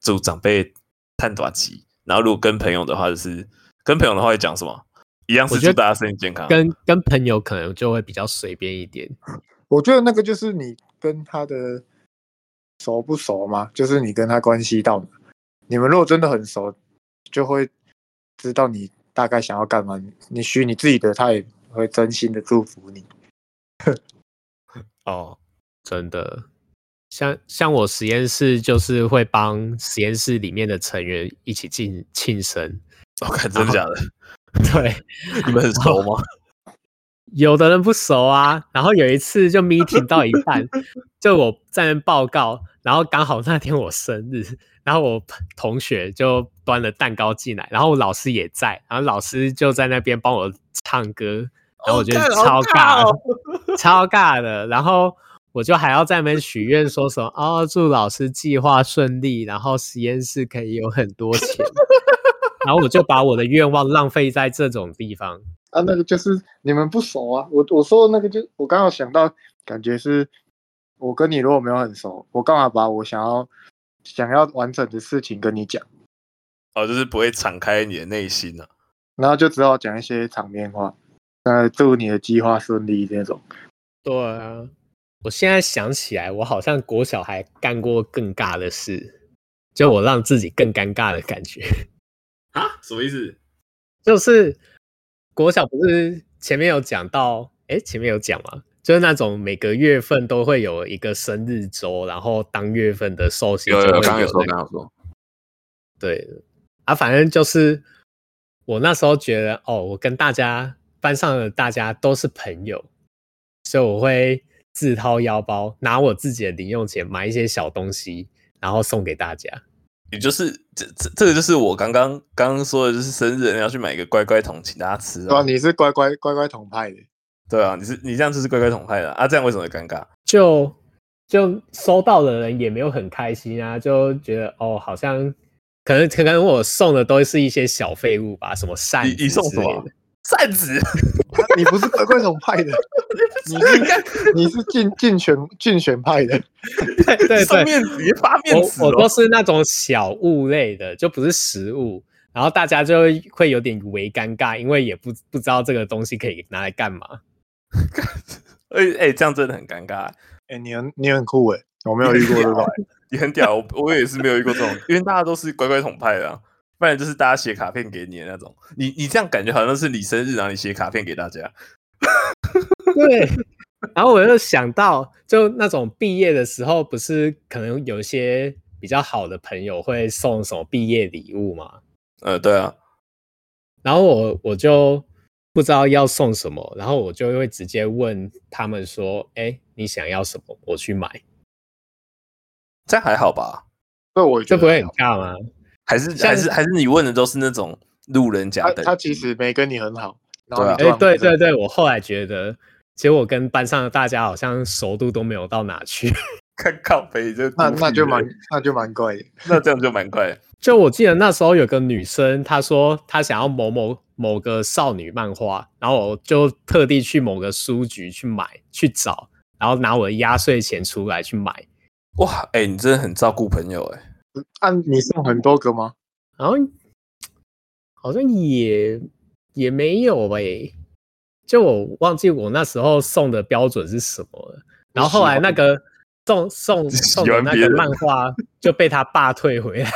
祝长辈探短期，然后如果跟朋友的话，就是跟朋友的话会讲什么？一样是我觉得祝大家身体健康。跟跟朋友可能就会比较随便一点，我觉得那个就是你跟他的熟不熟嘛，就是你跟他关系到哪。你们如果真的很熟，就会知道你大概想要干嘛。你许你自己的，他也会真心的祝福你。哦，真的。像像我实验室就是会帮实验室里面的成员一起庆庆生，我、看哦真的假的？ 对，你们很熟吗？有的人不熟啊，然后有一次就 meeting 到一 半，就我在那边报告，然后刚好那天我生日，然后我朋同学就端了蛋糕进来，然后我老师也在，然后老师就在那边帮我唱歌，然后我觉得哦干超好尬尬，超尬的， 然后。我就还要在那边许愿，说什么哦，祝老师计划顺利，然后实验室可以有很多钱，然后我就把我的愿望浪费在这种地方。啊，那个就是你们不熟啊。我我说的那个就我刚好想到，感觉是我跟你如果没有很熟，我干嘛把我想要想要完整的事情跟你讲，哦，就是不会敞开你的内心啊。然后就只好讲一些场面话，呃，祝你的计划顺利那种。对啊，我现在想起来，我好像国小还干过更尬的事，就我让自己更尴尬的感觉， 啊，什么意思？就是国小不是前面有讲到，诶，前面有讲嘛，就是那种每个月份都会有一个生日周，然后当月份的寿星就会有那个有说。对啊，反正就是我那时候觉得，哦，我跟大家班上的大家都是朋友，所以我会自掏腰包，拿我自己的零用钱买一些小东西，然后送给大家。也就是这这这个就是我刚刚刚刚说的，就是生日人要去买一个乖乖桶请大家吃对啊啊，。你是乖乖乖乖桶派的， 对啊，你是你这样就是乖乖桶派的啊，啊这样为什么会尴尬？就就收到的人也没有很开心啊，就觉得哦，好像可能可能我送的都是一些小废物吧，什么扇你你子送之什么类的 扇子，你不是乖乖桶派 的，你是你是竞竞选竞选派的。对对送对，面子， 你发面子我我都哦。是那种小物类的，就不是食物，然后大家就会有点微尴尬，因为也不不知道这个东西可以拿来干嘛。哎哎，这样真的很尴尬，哎、你很你很酷哎、我没有遇过这 种。也很屌。我我也是没有遇过这种，因为大家都是乖乖桶派的、啊，不然就是大家写卡片给你的那种。你你这样感觉好像是你生日，然后你写卡片给大家。对，然后我就想到，就那种毕业的时候，不是可能有一些比较好的朋友会送什么毕业礼物嘛？呃，对啊，然后我我就不知道要送什么，然后我就会直接问他们说：“哎，你想要什么？我去买。这样还好吧？对，我”觉这得不会还很好尬吗？还是像还是还是你问的都是那种路人甲他等他其实没跟你很好，然后对啊你突哎、然对不是对对，我后来觉得，其实我跟班上的大家好像熟度都没有到哪去。 看靠背就那那就蛮蛮那就蛮怪的。那这样就蛮快。就我记得那时候有个女生，她说她想要某某某个少女漫画，然后我就特地去某个书局去买去找，然后拿我的压岁钱出来去买。哇，哎、你真的很照顾朋友哎、按、啊你送很多个吗？然后好像也也没有诶、就我忘记我那时候送的标准是什么了。然后后来那个送送只喜送的欢那别个人漫 画就被他爸退回来，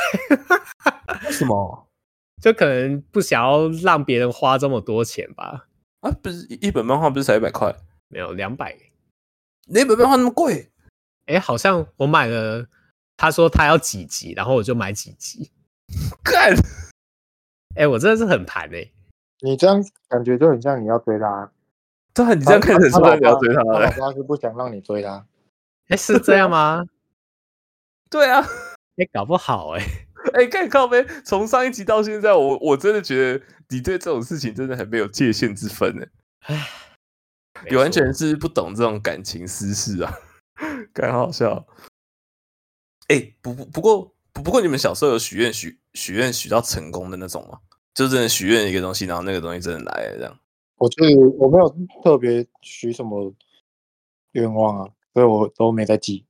为什么就可能不想要让别人花这么多钱吧。啊？不是一一本漫画不是才一百块？没有两百，那本漫画那么贵？哎，好像我买了，他说他要几集，然后我就买几集。干， 哎，我真的是很盘哎、你这样感觉就很像你要追他，对啊，你这样看起来是不是要追他他了？老爸是不想让你追他，哎，是这样 吗？对啊， 哎，搞不好哎、哎，看靠呗，从上一集到现在，我我真的觉得你对这种事情真的很没有界限之分呢。没你完错全是不懂这种感情私事啊， 感好笑。哎、不不不过不不过，你们小时候有许愿许许愿许到成功的那种吗？就真的许愿一个东西，然后那个东西真的来了这样。我就是我没有特别许什么愿望啊，所以我都没在记。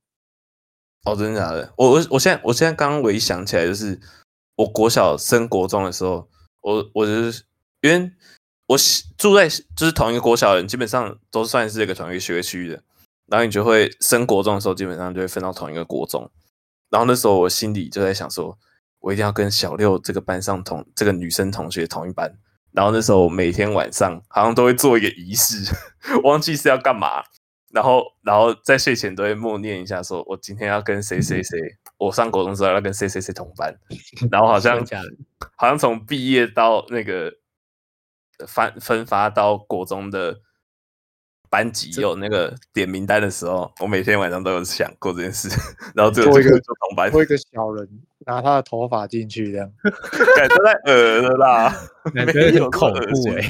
哦，真的假的？我我我现在我现在刚刚唯一想起来就是，我国小升国中的时候，我我就是因为我喜住在就是同一个国小的人，基本上都算是一个同一个学区的，然后你就会升国中的时候，基本上就会分到同一个国中。然后那时候我心里就在想说，我一定要跟小六这个班上同这个女生同学同一班。然后那时候我每天晚上好像都会做一个仪式， 忘记是要干嘛，然后然后在睡前都会默念一下说，我今天要跟谁谁谁，我上国中之后要跟谁谁谁同班，然后好像真的假的好像从毕业到那个分分发到国中的班级有那个点名单的时候，我每天晚上都有想过这件事， 然后最后做就一个就同班， 我一个小人拿他的头发进去这样，感觉太恶了啦，感没觉有很恐那么恶怖心哎、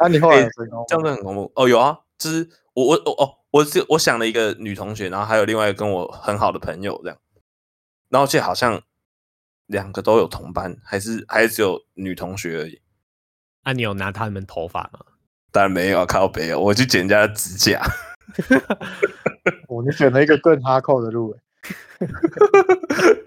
那、你后来哎有成功吗？ 这样子很恐怖哦。有啊，就是我我我哦，我是我想了一个女同学，然后还有另外一个跟我很好的朋友这样，然后而且好像两个都有同班，还是还是只有女同学而已。啊，你有拿他们头发 吗？当然没有啊，靠北哦，我去剪人家的指甲。哦，你选了一个更哈扣的路、欸。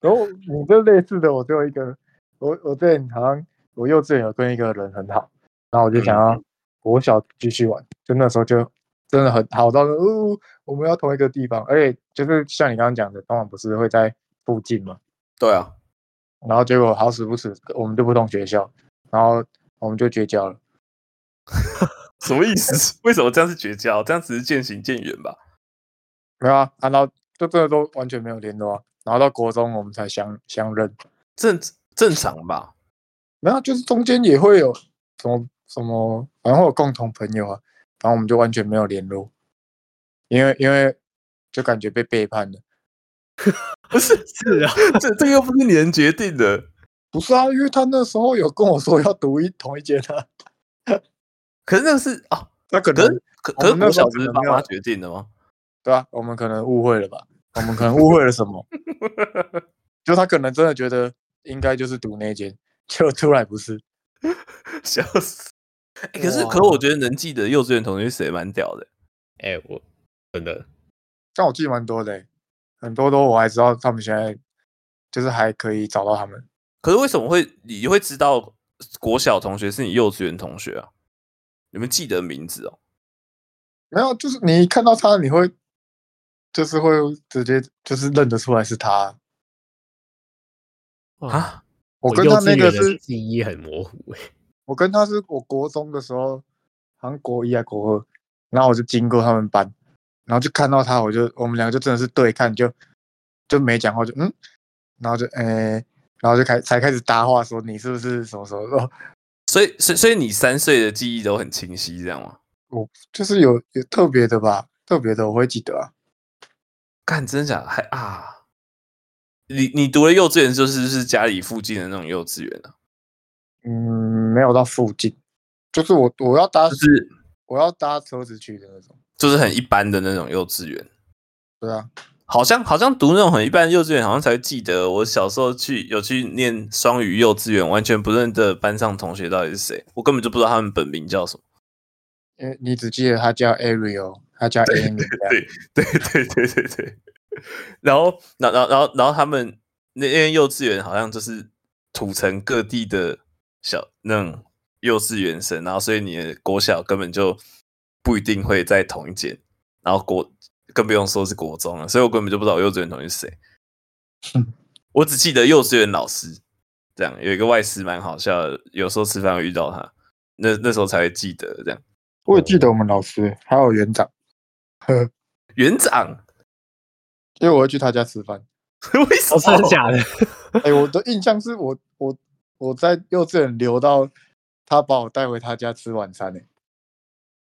然后你这类似的，我只有一个，我我之前好像我幼稚园有跟一个人很好，然后我就想要国小继续玩，就那时候就真的很好到，哦，我们要同一个地方，而且就是像你刚刚讲的，通常不是会在附近嘛，对啊，然后结果好死不死，我们就不同学校，然后我们就绝交了。什么意思？ 为什么这样是绝交？这样只是渐行渐远吧？没有啊，啊然后就真的都完全没有联络啊。然后到国中我们才相相认，正正常 吧？没有啊，就是中间也会有什么什么，反正会有共同朋友啊，然后我们就完全没有联络，因为因为就感觉被背叛了。不是， 是啊，这这又不是你能决定的。不是啊，因为他那时候有跟我说要读一同一间啊，可是那个是啊，那可可能是可我可是哦们那国时候小不是可能爸没有妈决定的吗？ 对啊，我们可能误会了吧，我们可能误会了什 么，就他可能真的觉得应该就是读那间，结果出来不是。笑死！啊欸可是，可是哇我觉得能记得幼稚园同学谁蛮屌的。哎、我真的但我记蛮多的欸、很多都我还知道他们现在就是还可以找到他们，可是为什么会你会知道国小同学是你幼稚园同学啊？你们记得名字哦？没有就是你一看到他，你会就是会直接就是认得出来是他。哇，啊，我我跟哦幼他稚那个园的是，记忆很模糊哎、我跟他是我国中的时候，好像国一还国二，然后我就经过他们班，然后就看到他，我就我们两个就真的是对看，就就没讲话，就嗯，然后就诶、然后就开才开始搭话说你是不是什么什么，哦所以所以所以你三岁的记忆都很清晰，这样吗？就是有有特别的吧，特别的我会记得啊。干，真假的还啊？你你读的幼稚园就是是家里附近的那种幼稚园啊？嗯，没有到附近，就是我我要搭就是我要搭车子去的那种。就是很一般的那种幼稚园。对啊，好像好像读那种很一般的幼稚园，好像才会记得我小时候去有去念双语幼稚园，完全不认得班上同学到底是谁，我根本就不知道他们本名叫什么。 因为你只记得他叫 Ariel，他叫 Amy 这样。对对对对对对，然后，然后，然后，然后，然后他们那因为幼稚园好像就是土城各地的小那种幼稚园生，然后所以你的国小根本就不一定会在同一间，然后国更不用说是国中了，所以我根本就不知道我幼稚园同学是谁。我只记得幼稚园老师，这样有一个外师蛮好笑的，有时候吃饭会遇到他，那那时候才会记得这样。我也记得我们老师还有园长，呵，园长， 因为我会去他家吃饭。为什哦，真的么？假的？哎、我的印象是我我我在幼稚园留到他把我带回他家吃晚餐呢、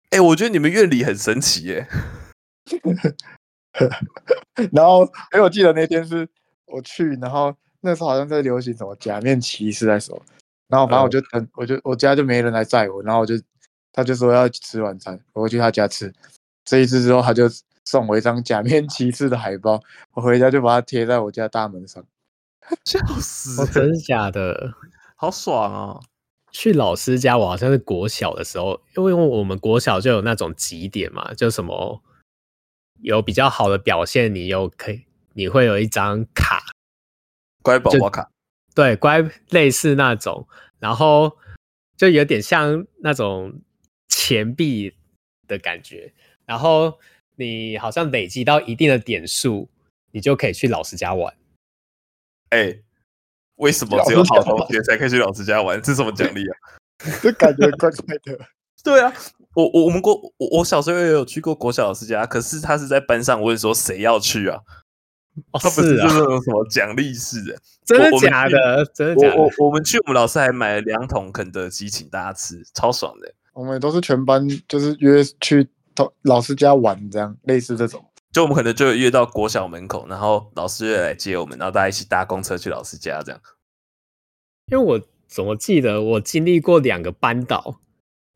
欸哎、我觉得你们院里很神奇耶、然后，哎、我记得那天是我去，然后那时候好像在流行什么假面骑士在手，然后嗯反正我就等，我就我家就没人来载我，然后我就他就说要去吃晚餐，我去他家吃。这一次之后，他就送我一张假面骑士的海报，我回家就把它贴在我家大门上。笑死哦，了， 真的假的？好爽哦！去老师家，我好像是国小的时候，因为我们国小就有那种几点嘛，就什么有比较好的表现，你有可以，你会有一张卡，乖宝宝卡，对，乖，类似那种，然后就有点像那种钱币的感觉，然后你好像累积到一定的点数，你就可以去老师家玩。哎、为什么只有好同学才可以去老师家玩？这是什么奖 励啊？这感觉怪怪的。对啊，我我我们国我我小时候也有去过国小老师家，可是他是在班上问说谁要去啊，哦， 他不是就啊，是那种什么奖励式的。真我的我们假去的？真的假的？我我我们去，我们老师还买了两桶肯德基请大家吃，超爽的。我们都是全班就是约去同老师家玩，这样类似这种。就我们可能就有约到国小门口，然后老师就来接我们，然后大家一起搭公车去老师家这样。因为我怎么记得我经历过两个班导，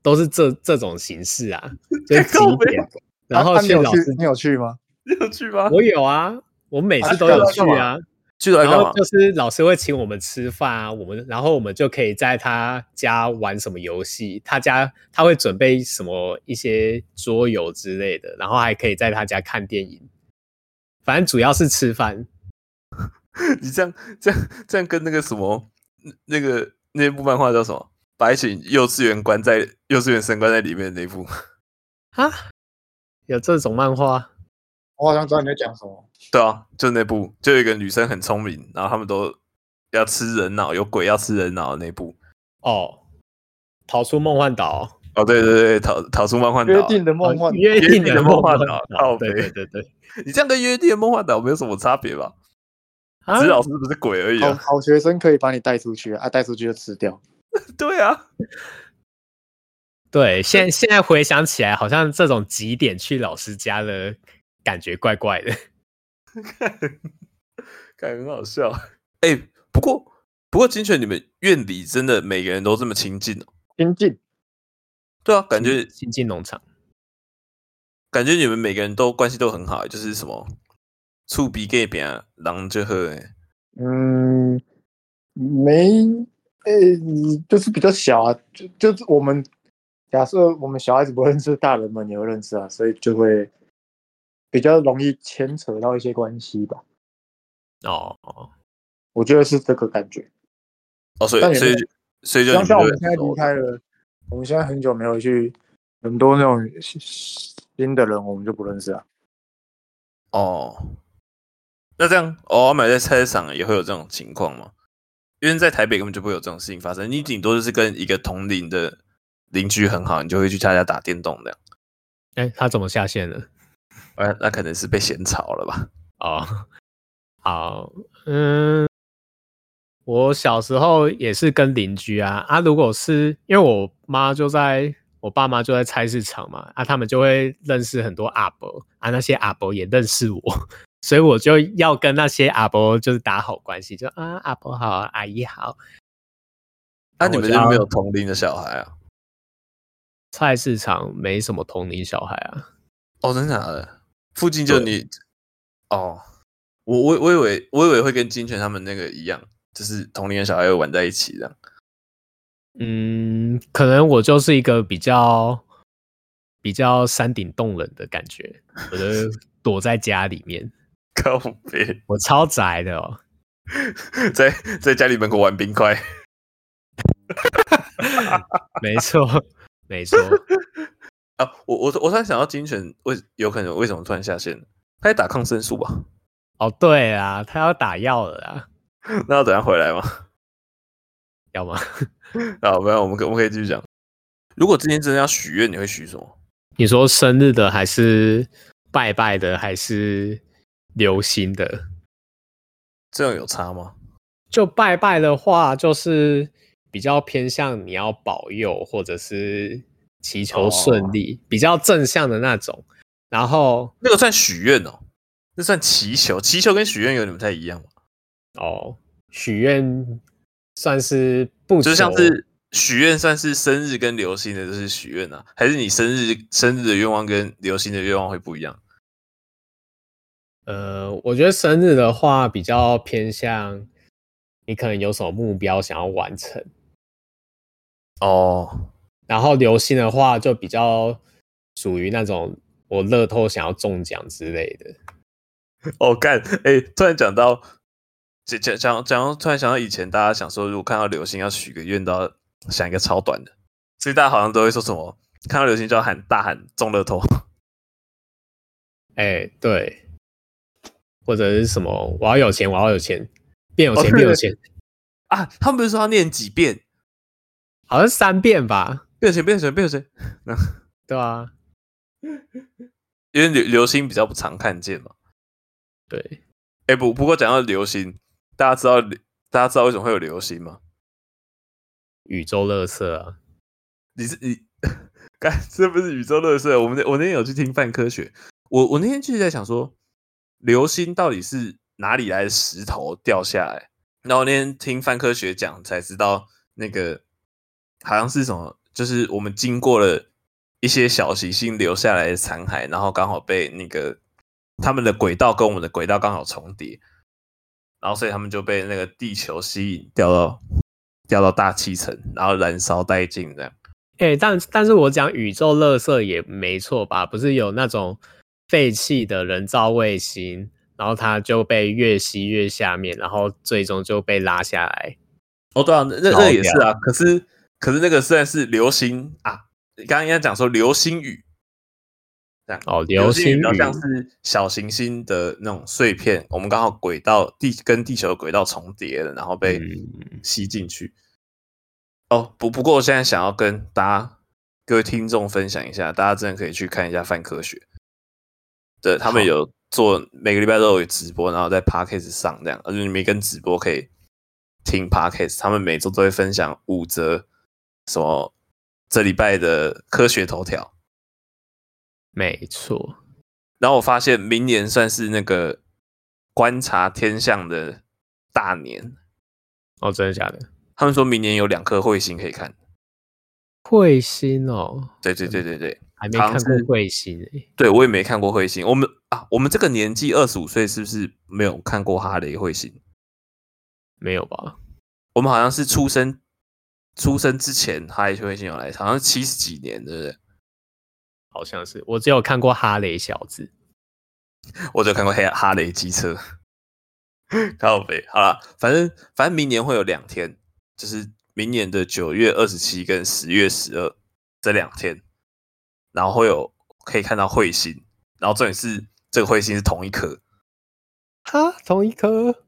都是这这种形式 啊，就是几靠北点，然后啊啊你去有老去师，你有去吗？你有去吗？我有啊，我每啊次去都干有嘛去干嘛啊，去了然呃干后嘛？就是老师会请我们吃饭啊，我们然后我们就可以在他家玩什么游戏，他家他会准备什么一些桌游之类的，然后还可以在他家看电影，反正主要是吃饭。你这样这样这样跟那个什么那个那部漫画叫什么？把一群幼稚园关在幼稚园生关在里面的那部，啊，有这种漫画？我好像知道你在讲什么。对啊，就那部，就有一个女生很聪明，然后他们都要吃人脑，有鬼要吃人脑的那部。哦，逃出梦幻岛。哦，对对对，逃逃出梦幻岛约。定的梦幻，约定定的的梦梦幻幻岛靠对北对对 对，你这样跟约定的梦幻岛没有什么差别吧？啊只是老哦师不是鬼而已、好啊。好学生可以把你带出去啊，啊带出去就吃掉。 对啊，对，现现在回想起来，好像这种几点去老师家的感觉怪怪的。看很好笑。哎、不过不过，金泉，你们院里真的每个人都这么亲近哦？精进，对啊，感觉新进农场感觉你们每个人都关系都很好，就是什么触鼻 gay 边狼就喝哎，嗯，没，诶、就是比较小啊，就就是我们假设我们小孩子不认识大人们，也会认识啊，所以就会比较容易牵扯到一些关系吧。哦，我觉得是这个感觉。哦，所但以也所以是所以就你像们像我就们现在离开了，我们现在很久没有去很多那种新新的人，我们就不认识啊。哦。那这样，哦，买在菜市场也会有这种情况吗？因为在台北根本就不会有这种事情发生，你顶多就是跟一个同龄的邻居很好，你就会去他家打电动这样。哎，他怎么下线了？哎，那可能是被嫌吵了吧？哦，好，嗯，我小时候也是跟邻居啊啊，如果是因为我妈就在我爸妈就在菜市场嘛啊，他们就会认识很多阿伯啊，那些阿伯也认识我， 所以我就要跟那些阿伯就是打好关系，就啊阿伯好，阿姨好。那、然你后我们就家没有同龄的小孩啊？菜市场没什么同龄小孩啊，哦，真的假的？附近就对你哦，我我我以为我以为会跟金泉他们那个一样，就是同龄的小孩会玩在一起这样。 嗯，可能我就是一个比较比较山顶洞人的感觉，我就躲在家里面。靠北，我超宅的哦。在在家里门口玩冰块，没错，没错，啊，我我我突然想到金泉为有可能为什么突然下线了，他在打抗生素吧？ 哦，对啊，他要打药了啊，那要等他回来吗？ 要吗？ 啊，没有，我们可我们可以继续讲。如果今天真的要许愿，你会许什么？你说生日的还是拜拜的还是流行的？这样有差吗？就拜拜的话，就是比较偏向你要保佑或者是祈求顺利，比较正向的那种。然后那个算许愿哦，那算祈求。祈求跟许愿有点不太一样嘛，哦，许愿算是不就求，像是许愿算是生日跟流星的，就是许愿啊，还是你生日生日的愿望跟流星的愿望会不一样？呃，我觉得生日的话比较偏向你可能有什么目标想要完成，哦，然后流星的话就比较属于那种我乐透想要中奖之类的。哦，干，哎、突然讲到，讲讲讲讲到，突然想到以前大家想说，如果看到流星要许个愿，都要想一个超短的，所以大家好像都会说什么，看到流星就要喊大喊中乐透， 哎、对，或者是什么我要有钱，我要有钱，变有哦钱，对变有对钱，啊！他们不是说要念几遍，好像三遍吧？变有钱，变有钱，变有钱，对啊，因为流流星比较不常看见嘛。对，哎、不不过讲到流星，大家知道大家知道为什么会有流星吗？宇宙垃圾啊，你是你， 干这不是宇宙乐色？我们那我那天有去听泛科学，我我那天就是在想说，流星到底是哪里来的石头掉下来？然后我那天听泛科学讲才知道，那个好像是什么，就是我们经过了一些小行星留下来的残骸，然后刚好被那个他们的轨道跟我们的轨道刚好重叠，然后所以他们就被那个地球吸引掉到掉到大气层，然后燃烧殆尽这样。哎、但但是我讲宇宙垃圾也没错吧？不是有那种废弃的人造卫星，然后它就被越吸越下面，然后最终就被拉下来。哦，对啊，那那烧那也是啊。可是可是那个虽然是流星啊，你刚刚应该讲说流星雨，这样哦，流星星比较雨，像是小行星的那种碎片，我们刚好轨道地跟地球的轨道重叠了，然后被嗯吸进去。哦，不不过我现在想要跟大家各位听众分享一下，大家真的可以去看一下泛科学，对他们好有做每个礼拜都有直播，然后在 Podcast 上这样，而且你们跟直播可以听 Podcast，他们每周都会分享五则什么这礼拜的科学头条，没错。然后我发现明年算是那个观察天象的大年，哦，真的假的？他们说明年有两颗彗星可以看，彗星哦，对对对对对。还没好像看过是彗星诶、对，我也没看过彗星。我们啊，我们这个年纪二十五岁，是不是没有看过哈雷彗星？没有吧？我们好像是出生出生之前，哈雷彗星有来，好像七十几年，对不对？好像是，我只有看过哈雷小子。我只有看过黑哈雷机车， 靠北。好了，反正反正明年会有两天，就是明年的九月二十七跟十月十二这两天，然后会有可以看到彗星，然后重点是这个彗星是同一颗，哈，同一颗。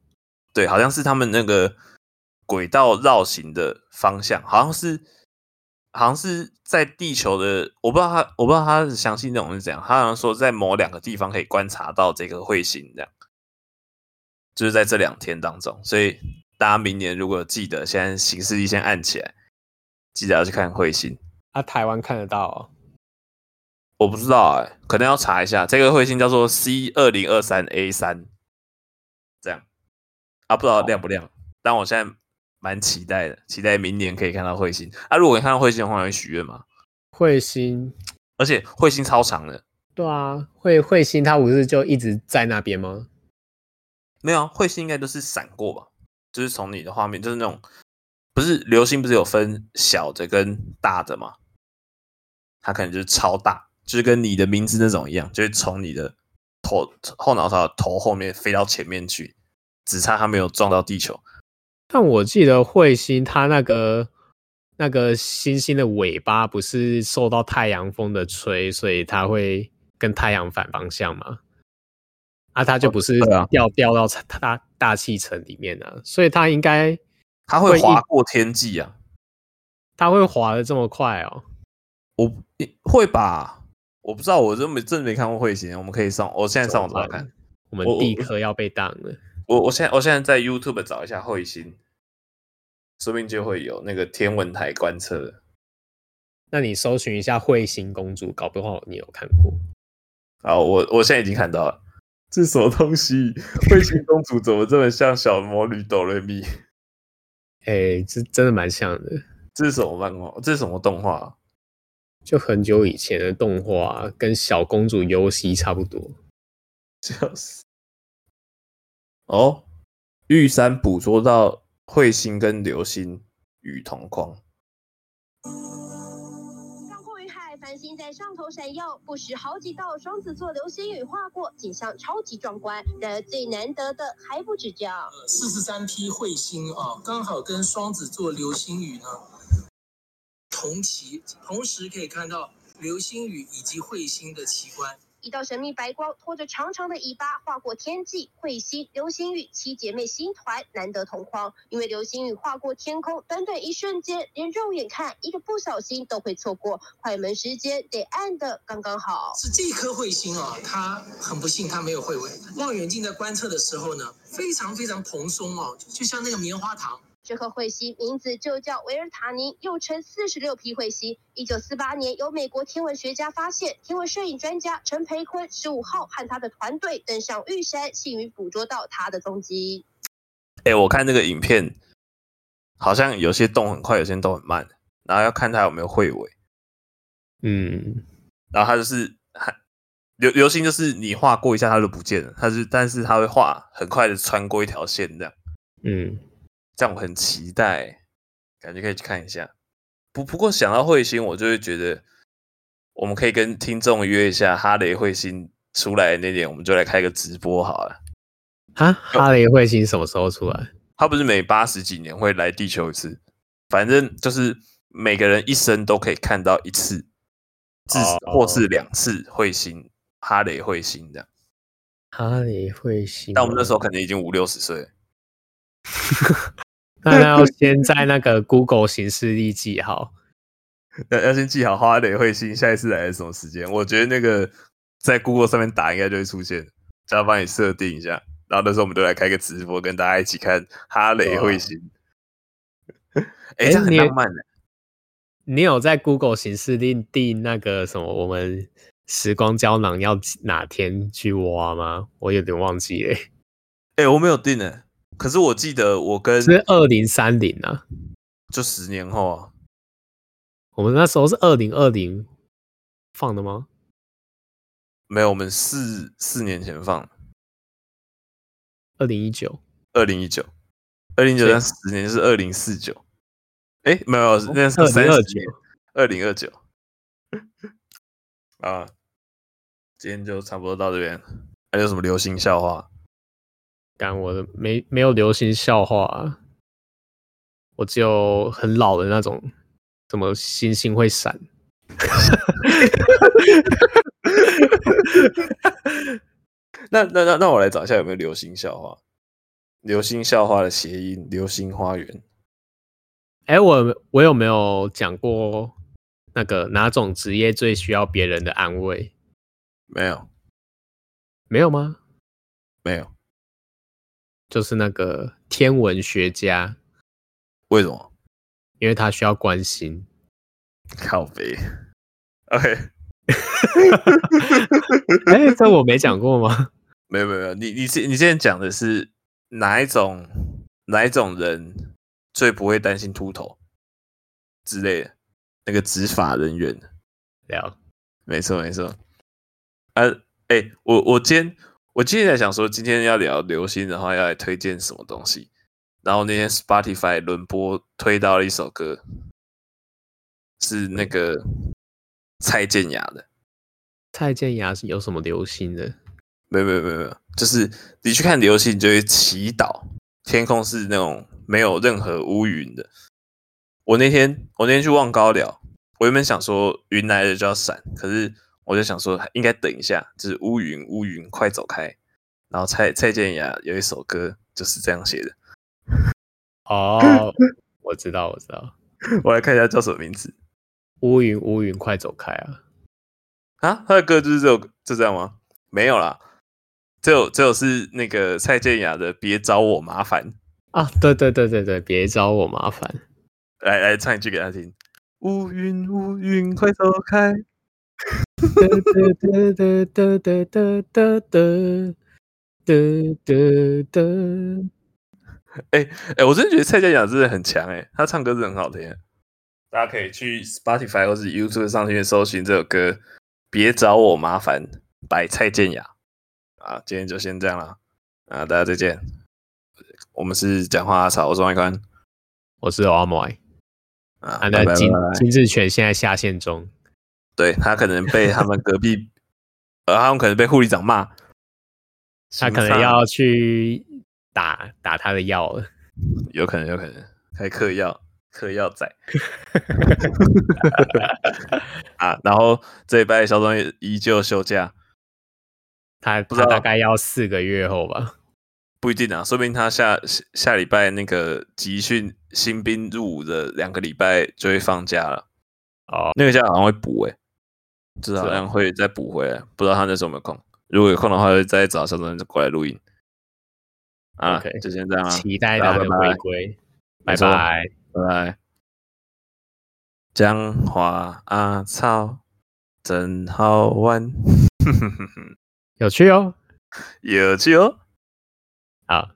对，好像是他们那个轨道绕行的方向，好像是好像是在地球的，我不知道他我不知道他的详细内容是怎样，他好像说在某两个地方可以观察到这个彗星，这样就是在这两天当中，所以大家明年如果有记得，现在行事历先按起来，记得要去看彗星。啊，台湾看得到、哦。我不知道哎、可能要查一下。这个彗星叫做 C 二零二三 A 三，这样啊，不知道亮不亮。但我现在蛮期待的，期待明年可以看到彗星啊。如果你看到彗星的话，你会许愿吗？彗星，而且彗星超长的，对啊，彗彗星它不是就一直在那边吗？没有啊彗星应该都是闪过吧？就是从你的画面，就是那种不是流星，不是有分小的跟大的吗？它可能就是超大，就是跟你的名字那种一样，就是从你的头后脑勺的头后面飞到前面去，只差他没有撞到地球。但我记得彗星它那个那个星星的尾巴不是受到太阳风的吹，所以它会跟太阳反方向嘛？啊，它就不是哦对啊掉、掉到大大气层里面啊，所以它应该它会会一划过天际啊，它会滑的这么快哦。我会吧？我不知道，我真没真的没看过彗星。啊我们可以上，我现在上网查看。我们我地科要被挡了。我我现在我现在在 YouTube 找一下彗星，说不定就会有那个天文台观测的。那你搜寻一下彗星公主，搞不好你有看过。好，我我现在已经看到了，这什么东西？彗星公主怎么这么像小魔女哆瑞咪？哎、这真的蛮像的，这是什么漫画？这是什么动画啊？就很久以前的动画啊、跟小公主尤西差不多。笑死！哦，玉山捕捉到彗星跟流星与同框，浪过于海，繁星在上头闪耀，不时好几道双子座流星雨划过，景象超级壮观。然而最难得的还不止这样。四十三批彗星啊，刚好跟双子座流星雨呢同期，同时可以看到流星雨以及彗星的奇观。一道神秘白光拖着长长的尾巴划过天际，彗星、流星雨七姐妹星团难得同框，因为流星雨划过天空，短短一瞬间，连肉眼看一个不小心都会错过，快门时间得按的刚刚好。是这颗彗星啊，它很不幸，它没有彗尾。望远镜在观测的时候呢，非常非常蓬松哦，就像那个棉花糖。这颗彗星名字就叫维尔塔尼，又称四十六 P 彗星。一九四八年，由美国天文学家发现，天文摄影专家陈培坤十五号和他的团队登上玉山，幸运捕捉到它的踪迹。哎、我看这个影片，好像有些动很快，有些动很慢，然后要看它有没有彗尾。嗯，然后它就是它流流星，就是你划过一下它就不见了，它是但是它会画很快的穿过一条线这样。嗯，这样我很期待，感觉可以去看一下。不不过想到彗星，我就会觉得我们可以跟听众约一下哈雷彗星出来的那点，我们就来开个直播好了。啊，哈雷彗星什么时候出来？他不是每八十几年会来地球一次，反正就是每个人一生都可以看到一次，至哦或是两次彗星，哈雷彗星这样。哈雷彗星哦，但我们那时候可能已经五六十岁了，那那要先在那个 Google 形式力记好。要要先记好哈雷彗星下一次来的什么时间。我觉得那个在 Google 上面打应该就会出现，这样帮你设定一下。然后那时候我们就来开个直播，跟大家一起看哈雷彗星。哎、诶啊这样很你也浪漫的、你有在 Google 形式力定那个什么我们时光胶囊要哪天去挖吗？我有点忘记了，哎、我没有定呢、可是我记得我跟是二零三零啊。就十年后啊，我们那时候是二零二零放的吗？没有，我们四四年前放二零一九二零一九，二零一九对那十年就是二零四九。哎，没有，那是二三零二九，二零二九。 啊，今天就差不多到这边。还有什么流行笑话？干我的没没有流行笑话啊、我只有很老的那种，什么星星会闪。那那那那我来找一下有没有流行笑话。流星笑话的谐音“流星花园哎、我我有没有讲过那个哪种职业最需要别人的安慰？”没有没有吗？没有，就是那个天文学家，为什么？因为他需要关心。靠背。OK，哎、这我没讲过吗？没有没有没有，你你之你之前讲的是哪一种哪一种人最不会担心秃头之类的？那个执法人员，聊没错没错。啊，哎、我我今天我今天在想说，今天要聊流星，然后要来推荐什么东西。然后那天 Spotify 轮播推到了一首歌，是那个蔡健雅的。蔡健雅是有什么流星的？没有没有没有没有，就是你去看流星，你就会祈祷天空是那种没有任何乌云的。我那天我那天去望高寮，我原本想说云来了就要闪，可是我就想说应该等一下，就是乌云乌云快走开。然后蔡蔡健雅有一首歌就是这样写的， 哦，我知道，我知道，我来看一下叫什么名字乌云乌云，快走开啊！啊？他的歌就是这首就这样吗？没有啦，只有只有是那个蔡健雅的《别找我麻烦》。啊，对对对对对，别找我麻烦。 来来唱一句给他听。乌云乌云快走开！哒哒哒哒哒哒哒哒哒哒哒。哎、我真的觉得蔡健雅真的很强哎、她唱歌真的很好听。大家可以去 Spotify 或是 YouTube 上去搜寻这首歌《别找我麻烦》by 蔡健雅。啊，今天就先这样啦，啊，大家再见。我们是讲话阿草，我是王一宽我是阿莫，啊，他拜拜拜的金拜。金志权现在下线中。对他可能被他们隔壁， 呃，他们可能被护理长骂， 他可行能吧要去打打他的药了。有可能，有可能开嗑药，嗑 药仔啊。然后这礼拜小庄也依旧休假，他不知他大道概要四个月后吧。不一定啊，说不定他下下下礼拜那个集训新兵入伍的两个礼拜就会放假了。哦，那个假好像会补诶、欸，就是是好哦像会再补回来，不知道他那时候有没有空。如果有空的话，就再找小庄过来录音。啊 OK 就先这样啊，期待大他家的拜回拜归。没拜错拜。拜拜。江华阿草真好玩，有趣哦。有趣哦。好，